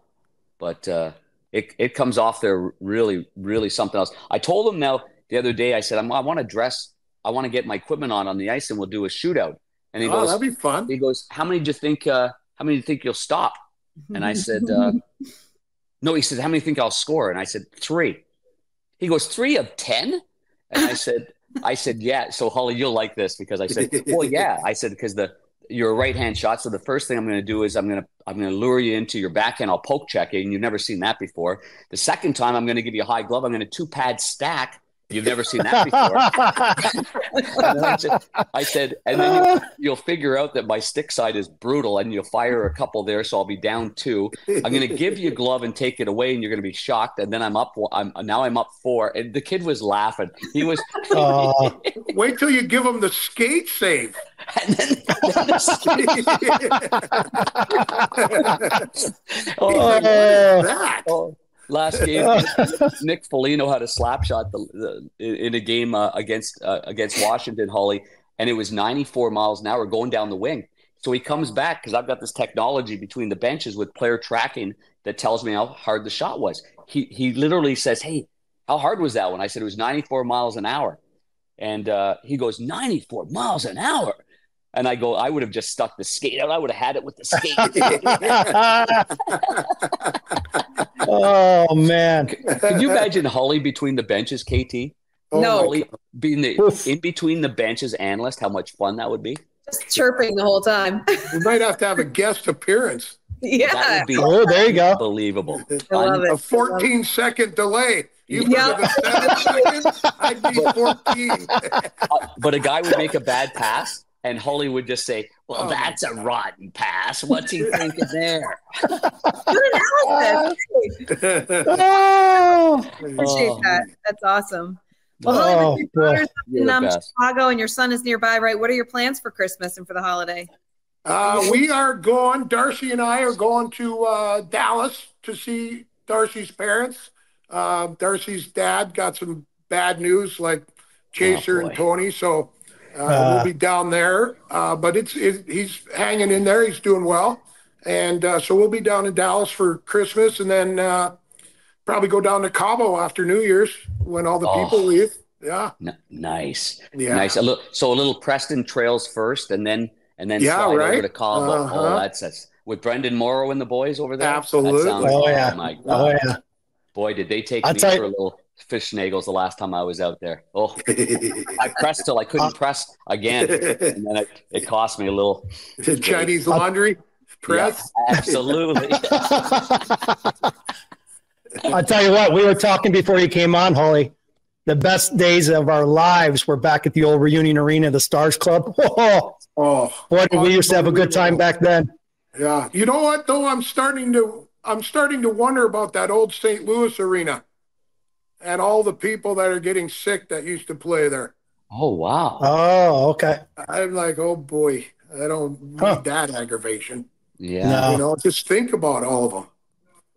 But uh it it comes off there really, really something else. I told him now the other day, I said, I'm, I want to dress, I want to get my equipment on on the ice and we'll do a shootout. And he oh, goes, that'd be fun. he goes, how many do you think, uh, how many do you think you'll stop? And [laughs] I said, uh, no, he said, how many think I'll score? And I said, three. He goes, three of 10? And I said, I said, yeah. So Holly, you'll like this because I said, well, yeah. I said, because the, you're a right-hand shot. So the first thing I'm going to do is I'm going to, I'm going to lure you into your back end. I'll poke check it. And you've never seen that before. The second time I'm going to give you a high glove. I'm going to two pad stack You've never seen that before. And I, said, I said, [laughs] and [laughs] then you, you'll figure out that my stick side is brutal, and you'll fire a couple there, so I'll be down two. I'm going to [laughs] give you a glove and take it away, and you're going to be shocked. And then I'm up. I'm now I'm up four, and the kid was laughing. He was. [laughs] Uh, Wait till you give him the [laughs] skate save. [laughs] and then, then the stick- [laughs] oh, that. oh, last game, Nick Foligno had a slap shot the, the, in a game uh, against uh, against Washington, Holly, and it was 94 miles an hour going down the wing. So he comes back because I've got this technology between the benches with player tracking that tells me how hard the shot was. He he literally says, "Hey, how hard was that one?" I said it was 94 miles an hour, and uh, he goes, "94 miles an hour." And I go, I would have just stuck the skate out. I would have had it with the skate. oh man. Can you imagine Holly between the benches, KT? No. Holly uh, being the Oof. in between the benches analyst, how much fun that would be. Just chirping the whole time. [laughs] We might have to have a guest appearance. That yeah. would be Oh, there you go. unbelievable. I love it. A 14 second delay. You Yeah. yeah. seven seconds, I'd be 14. Uh, but a guy would make a bad pass and Holly would just say, Well, Oh, my that's a rotten pass. What's [laughs] he thinking there? Good analysis. [laughs] Oh, Appreciate Oh. that. That's awesome. Well, Oh, Hollywood, your boy. daughter's You're in the um, best. Chicago and your son is nearby, right? What are your plans for Christmas and for the holiday? Uh, we are going, Darcy and I are going to uh, Dallas to see Darcy's parents. Uh, Darcy's dad got some bad news, like Chaser Oh, boy. and Tony. So uh, Uh. we'll be down there. Uh, but it's it, he's hanging in there. He's doing well. And uh, so we'll be down in Dallas for Christmas and then uh, probably go down to Cabo after New Year's when all the Oh. people leave. Yeah. N- nice. Yeah. Nice. A little, so a little Preston Trails first and then and then Yeah, slide over right? to Cabo. Oh, Uh-huh. that's, that's with Brendan Morrow and the boys over there. That Absolutely. sounds- Oh, yeah. my God. oh [laughs] yeah. Boy, did they take I'll me tell you- for a little fish nagels the last time I was out there. Oh, I pressed till I couldn't Uh, press again. And then it, it cost me a little. [laughs] [laughs] Uh, Chinese laundry press. Yeah, [laughs] absolutely. I'll tell you what, we were talking before you came on, Holly. The best days of our lives were back at the old reunion arena, the Stars Club. [laughs] Whoa, Oh, boy, did we used to have a good time back then. yeah. You know what though? I'm starting to I'm starting to wonder about that old St. Louis arena and all the people that are getting sick that used to play there. Oh, wow. Uh, Oh, okay. I'm like, oh boy, I don't need Huh. that aggravation. yeah. Oh. You know, just think about all of them.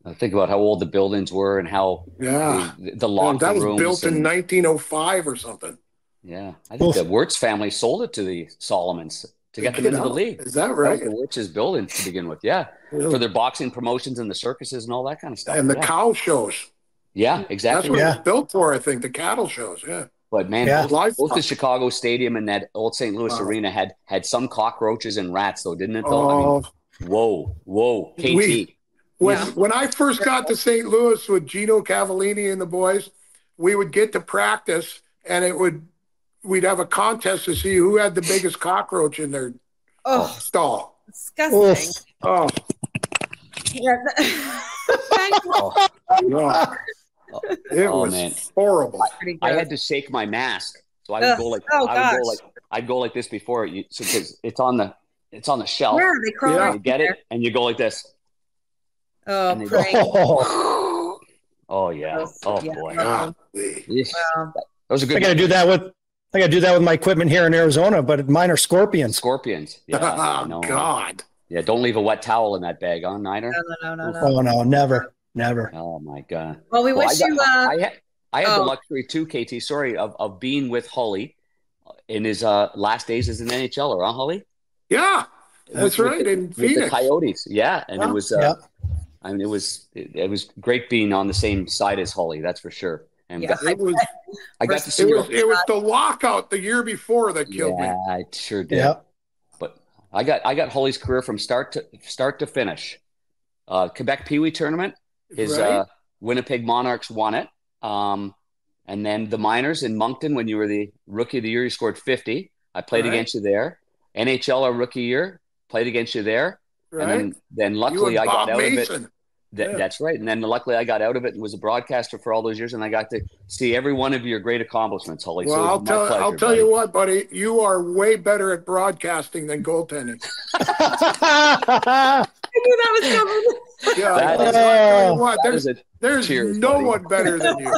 I Think about how old the buildings were and how Yeah. the, the Ah, And locker that was rooms. built in and- 1905 or something. Yeah. I think Oof. the Wirtz family sold it to the Solomons to get them You into the know, league. Is that That right? was The Wirtz's building to begin with. Yeah. For their boxing promotions and the circuses and all that kind of stuff. and the yeah. cow shows. yeah, That's exactly. what Yeah. it was built for, I think. The cattle shows. Yeah. But man, Yeah. both, Livestock. both the Chicago Stadium and that old St. Louis Wow. Arena had had some cockroaches and rats, though, didn't it? Though? I mean, Oh, whoa, whoa, KT. We- When, Yeah. when I first got to St. Louis with Gino Cavallini and the boys, we would get to practice and it would we'd have a contest to see who had the biggest cockroach in their Oh, stall. disgusting. Oof. Oh, [laughs] Yeah, that- Oh, [laughs] God. it Oh, was man. horrible. Pretty I gross. had to shake my mask, so I would Ugh. go like Oh, I would go gosh. like I'd go like this before you, so 'cause it's on the it's on the shelf. yeah, they crawl Yeah. right You get in it, and you go like this. there. Oh, And they- great. Oh yeah. Gross. Oh Yeah. boy. God. Yeesh. Wow. Those [laughs] are I good. got to do that with I got to do that with my equipment here in Arizona, but mine are scorpions. Scorpions. Yeah. I know. [laughs] oh, God. Yeah. Don't leave a wet towel in that bag, on Niner. No, no, no, no, no. Oh no, never, never. Oh my god. Well, we Well, wish I, you. got- Uh, I had, I had the oh. luxury too, KT. Sorry, of, of being with Holly in his uh, last days as an NHLer, er, huh, Holly? Yeah, that's With- with right. the- In With the Phoenix. Coyotes, yeah, and Yeah. it was. Uh, I mean, it was it, it was great being on the same side as Holly. That's for sure. And Yeah. got- It was, I got to see it, your- was, it was the lockout the year before that killed yeah, me. I sure did. Yeah. But I got I got Holly's career from start to start to finish. Uh, Quebec Pee Wee tournament. His right? uh, Winnipeg Monarchs won it. Um, and then the Miners in Moncton when you were the rookie of the year, you scored 50. I played Right. against you there. NHL our rookie year, played against you there. right? And then, then you luckily and I Bob got out of it. Mason. Th- Yeah. That's right. And then luckily I got out of it and was a broadcaster for all those years, and I got to see every one of your great accomplishments, Holly. Well, it was I'll my tell pleasure, I'll tell buddy. you what, buddy, you are way better at broadcasting than goaltending. [laughs] I knew that was coming. Yeah, That I'll is- tell you what, That is there's it. there's cheers, no buddy. one better than you.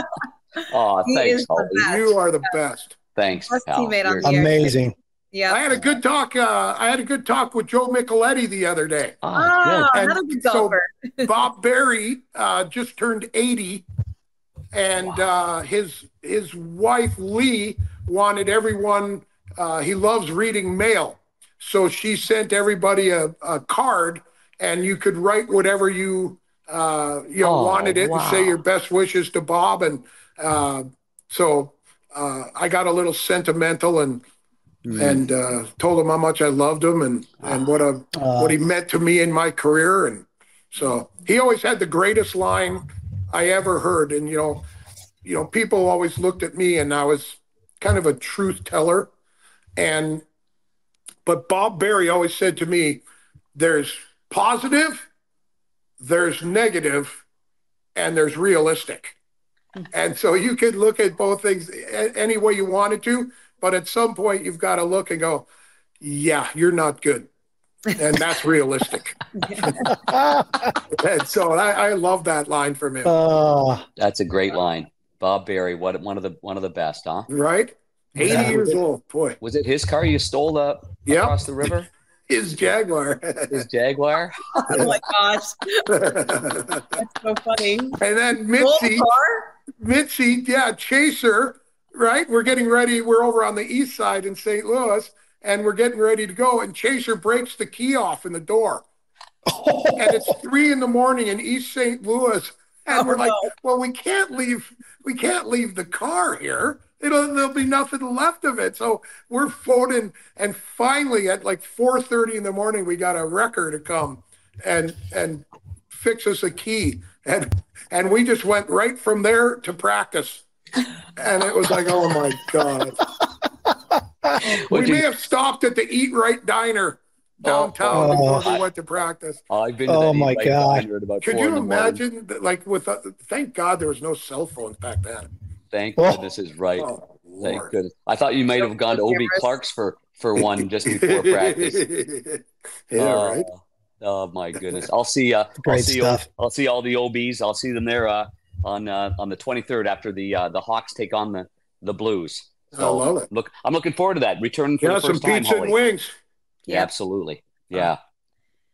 Oh, He thanks, is the Holly. best. You are the best. Thanks, Best pal. teammate on You're- the air. Amazing. I Yeah. had a good talk. Uh, I had a good talk with Joe Micheletti the other day. Ah, Oh, good. another And good so- golfer. Bob Berry uh, just turned 80, and uh, his his wife Lee wanted everyone. Uh, he loves reading mail, so she sent everybody a, a card, and you could write whatever you uh, you know, Oh, wanted it, and say wow. your best wishes to Bob. And uh, so uh, I got a little sentimental and good. and uh, told him how much I loved him and and what a Uh, what he meant to me in my career. And so he always had the greatest line I ever heard. And you know, you know, people always looked at me and I was kind of a truth teller. And but Bob Berry always said to me, there's positive, there's negative, and there's realistic. And so you could look at both things a- any way you wanted to, but at some point you've got to look and go, yeah, you're not good. And that's realistic. And so I, I love that line from him, uh, That's a great line. Bob Berry, what one of the one of the best, huh? right? 80 Yeah. years old, boy. Was it his car you stole up Yep. across the [laughs] river? His Jaguar. [laughs] His Jaguar? [laughs] Oh my gosh, and that's so funny. then Gold Mitzi, bar? Mitzi, yeah, Chaser, right? We're getting ready. We're over on the east side in St. Louis, and we're getting ready to go. And Chaser breaks the key off in the door. and it's three in the morning in East St. Louis, and Oh, we're like, no. "Well, we can't leave. We can't leave the car here. It'll there'll be nothing left of it." So we're phoning, and finally at like four thirty in the morning, we got a wrecker to come and and fix us a key, and and we just went right from there to practice, and it was like, "Oh my god." [laughs] We Would you- may have stopped at the Eat Right Diner downtown Oh. before we went to practice. I've been to Oh that my eat right God. diner at about Could four in you the morning. imagine, that, like, with uh, thank God there was no cell phones back then. Thank Oh. goodness is right. Oh, Thank Lord. goodness. I thought you might have gone to Obi Cameras. Clark's for [laughs] for one just before practice. yeah, Uh, right. Oh my goodness! I'll see. Uh, I'll [laughs] Great see. stuff. I'll see all the OBs. I'll see them there uh, on uh, on the 23rd after the uh, the Hawks take on the the Blues. I love it. Look, I'm looking forward to that. Returning for Yeah, the some first time, pizza Holly. and wings. Yeah, absolutely. Yeah,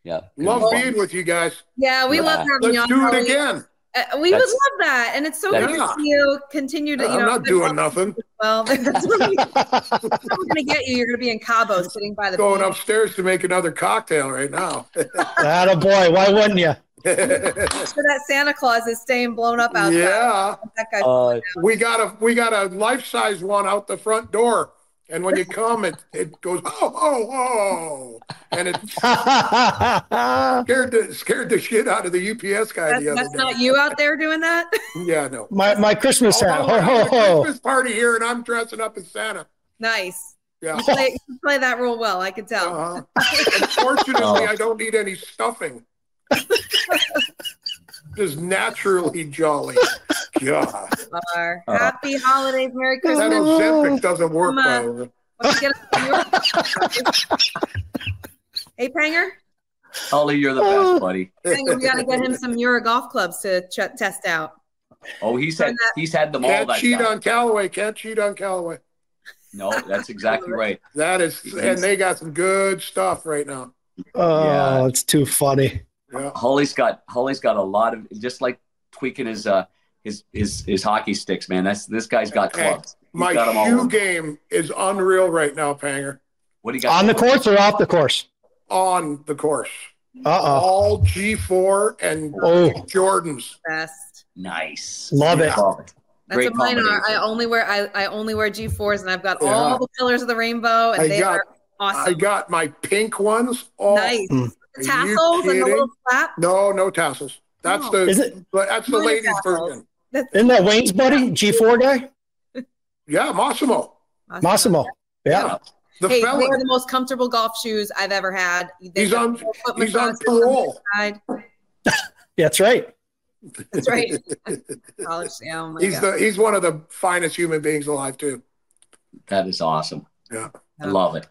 yeah. Love Good fun. being with you guys. Yeah, we Yeah. love having you Let's on. do it Holly. again. Uh, we would That's- love that, and it's so That's- good to see you continue to. You I'm know, not doing nothing. [laughs] well. that's what we- that's what we're gonna get you. You're gonna be in Cabo, sitting by the Going beach. upstairs to make another cocktail right now. [laughs] that boy. Why wouldn't you? yeah, So that Santa Claus is staying blown up outside. That Oh, guy. Uh, we got a we got a life size one out the front door, and when you come, it it goes oh oh oh, and it scared the scared the shit out of the UPS guy that's the other that's day. not you out there doing that. [laughs] Yeah, no. [laughs] my my Christmas Oh, hat. [laughs] we're Ho ho having a ho. Christmas party here, and I'm dressing up as Santa. nice. Yeah. You play, you play that real well. I could tell. Uh-huh. Unfortunately, Oh. I don't need any stuffing. Just naturally jolly. God, Are. Uh-huh. Happy holidays, Merry that Christmas. Ozempic doesn't work Come on. well. Let's get up to [laughs] Europe. hey, Panger. Holly, you're the Oh. Ah. best, buddy. Panger, we got to get him some Euro golf clubs to ch- test out. Oh, he's had he's had them all. Can't That cheat guy. on Callaway. Can't cheat on Callaway. No, that's exactly right. That is, Mm-hmm. and they got some good stuff right now. Oh, Yeah. it's too funny. Yeah. Holly's got Holly's got a lot of just like tweaking his uh his his his hockey sticks, man. That's this guy's got Hey, clubs. He's My got 'em all shoe over. game is unreal right now, Panger. What do you got On the course or off the course? On the course, Uh oh. all G4 and Oh, Jordans. Best. Nice. Love it. That's Great what mine are. I combination. only wear I, I only wear G4s and I've got Yeah. all the colors of the rainbow and I they got- are I awesome. got my pink ones. All nice. Mm. The Are you tassels and the little kidding? flap. No, no tassels. That's No. is the it? that's the Mine are ladies' tassels. version. That's Isn't that Wayne's buddy, G4 guy, Yeah, Massimo. awesome. Massimo? Yeah. The hey, felon. they are the most comfortable golf shoes I've ever had. They He's don't on- put He's on massage on the parole. side. That's right. That's [laughs] right. College, oh my he's God. the he's one of the finest human beings alive too. That is awesome. Yeah. I love it.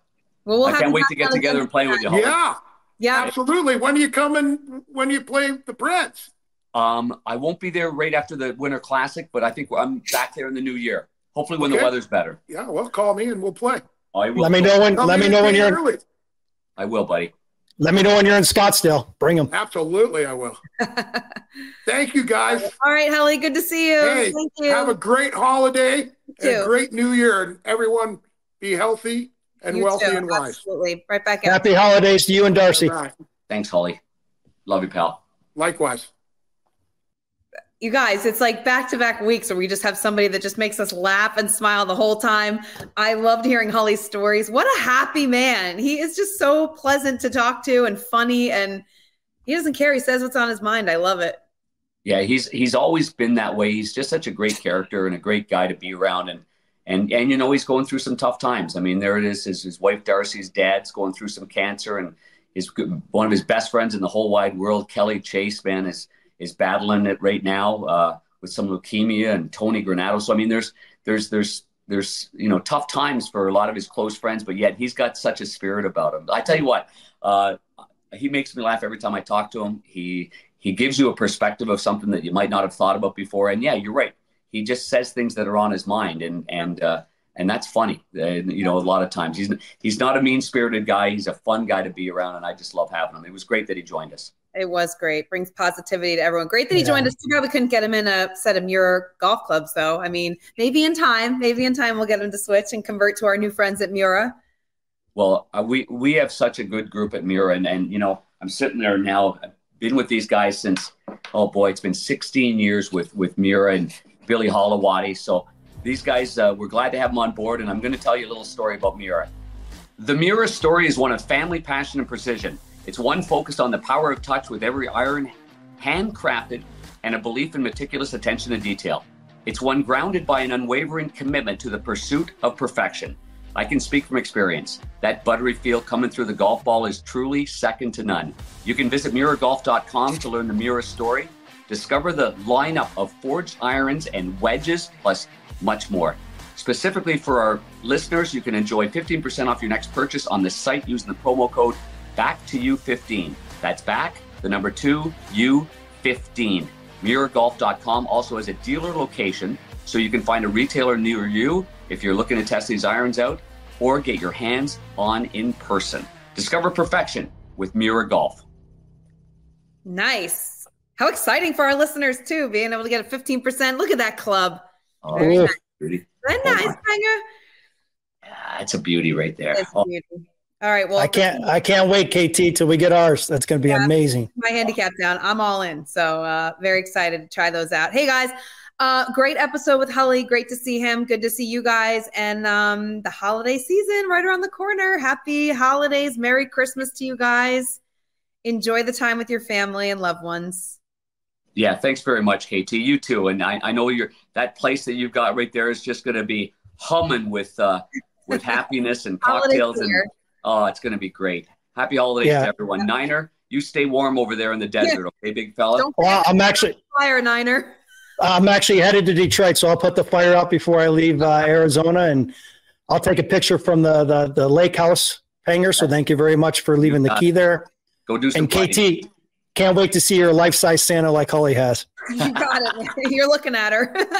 well, we'll I have can't him wait back to get on together and play with you. Holly. Yeah, Yeah, absolutely. When do you come in? When you play the Preds? Um, I won't be there right after the Winter Classic, but I think I'm back there in the new year. Hopefully, when Okay. the weather's better. Yeah, well, call me and we'll play. I will. Let me know when. Come Let me in know when and you're. early. I will, buddy. Let me know when you're in Scottsdale. Bring them. Absolutely, [laughs] I will. Thank you guys. All right, Holly, good to see you. Hey, Thank you. Have a great holiday and too. a great new year. And everyone be healthy and You wealthy too, and wise. Absolutely. Right back at Happy holidays to you and Darcy. Bye. Thanks, Holly. Love you, pal. Likewise. you guys. It's like back to back weeks where we just have somebody that just makes us laugh and smile the whole time. I loved hearing Holly's stories. What a happy man. He is just so pleasant to talk to and funny and he doesn't care. He says what's on his mind. I love it. Yeah, he's he's always been that way. He's just such a great character and a great guy to be around. And and and you know he's going through some tough times. I mean, there it is. His, his wife Darcy's dad's going through some cancer, and his good- one of his best friends in the whole wide world, Kelly Chase, man, is is battling it right now uh, with some leukemia. And Tony Granato. So I mean, there's there's there's there's you know tough times for a lot of his close friends, but yet he's got such a spirit about him. I tell you what, uh, he makes me laugh every time I talk to him. He he gives you a perspective of something that you might not have thought about before. And yeah, you're right. He just says things that are on his mind, and and uh, and that's funny. And, you know, a lot of times he's he's not a mean spirited guy. He's a fun guy to be around, and I just love having him. It was great that he joined us. It was great. Brings positivity to everyone. Great that he Yeah. joined us. We probably couldn't get him in a set of Muir golf clubs, though. I mean, maybe in time, maybe in time we'll get him to switch and convert to our new friends at Mura. Well, uh, we we have such a good group at Mira, and and you know I'm sitting there now. I've been with these guys since oh boy, it's been 16 years with with Mira and Billy Holowati. So these guys, uh, we're glad to have them on board, and I'm going to tell you a little story about Mira. The Mira story is one of family, passion, and precision. It's one focused on the power of touch with every iron handcrafted and a belief in meticulous attention to detail. It's one grounded by an unwavering commitment to the pursuit of perfection. I can speak from experience. That buttery feel coming through the golf ball is truly second to none. You can visit mirrorgolf.com to learn the Mira story, discover the lineup of forged irons and wedges, plus much more. Specifically for our listeners, you can enjoy 15% off your next purchase on the site using the promo code back to you 15 that's back the number two you 15 mirrorgolf.com also has a dealer location so you can find a retailer near you if you're looking to test these irons out or get your hands on in person discover perfection with mirror golf Nice. How exciting for our listeners, too, being able to get a 15%. Look at that club. oh, Very Ooh. nice. beauty. Isn't Oh that nice, Banger? Yeah, it's a beauty right there That's Oh, beautiful. All right. Well, I can't. I can't wait, KT, till we get ours. That's going to be Yeah. amazing. my handicap down. I'm all in. So uh, very excited to try those out. Hey guys, uh, great episode with Holly. Great to see him. Good to see you guys. And um, the holiday season right around the corner. Happy holidays. Merry Christmas to you guys. Enjoy the time with your family and loved ones. yeah thanks very much kt you too and i, I know you're that place that you've got right there is just going to be humming with uh [laughs] with happiness and Holiday cocktails and cheer. Oh, it's going to be great. Happy holidays Yeah. to everyone. Niner, you stay warm over there in the desert, okay, big fella? Don't Well, I'm actually. fire niner. [laughs] I'm actually headed to Detroit, so I'll put the fire out before I leave uh, Arizona, and I'll take a picture from the the, the lake house hangar. So thank you very much for leaving the key there. Go do some And fighting. KT, can't wait to see your life size Santa like [laughs] Holly has. [laughs] You got it. [laughs] You're looking at her. [laughs]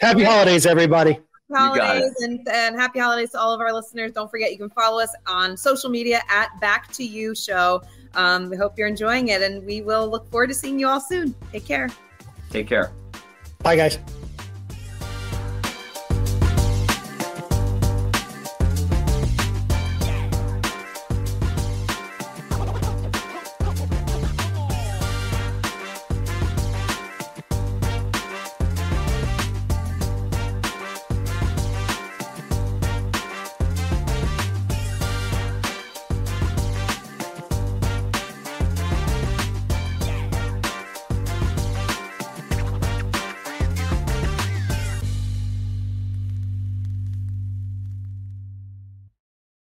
Happy holidays, everybody. got it. holidays and, and happy holidays to all of our listeners. Don't forget you can follow us on social media at Back to You Show. Um, we hope you're enjoying it and we will look forward to seeing you all soon. Take care. Take care. Bye, guys.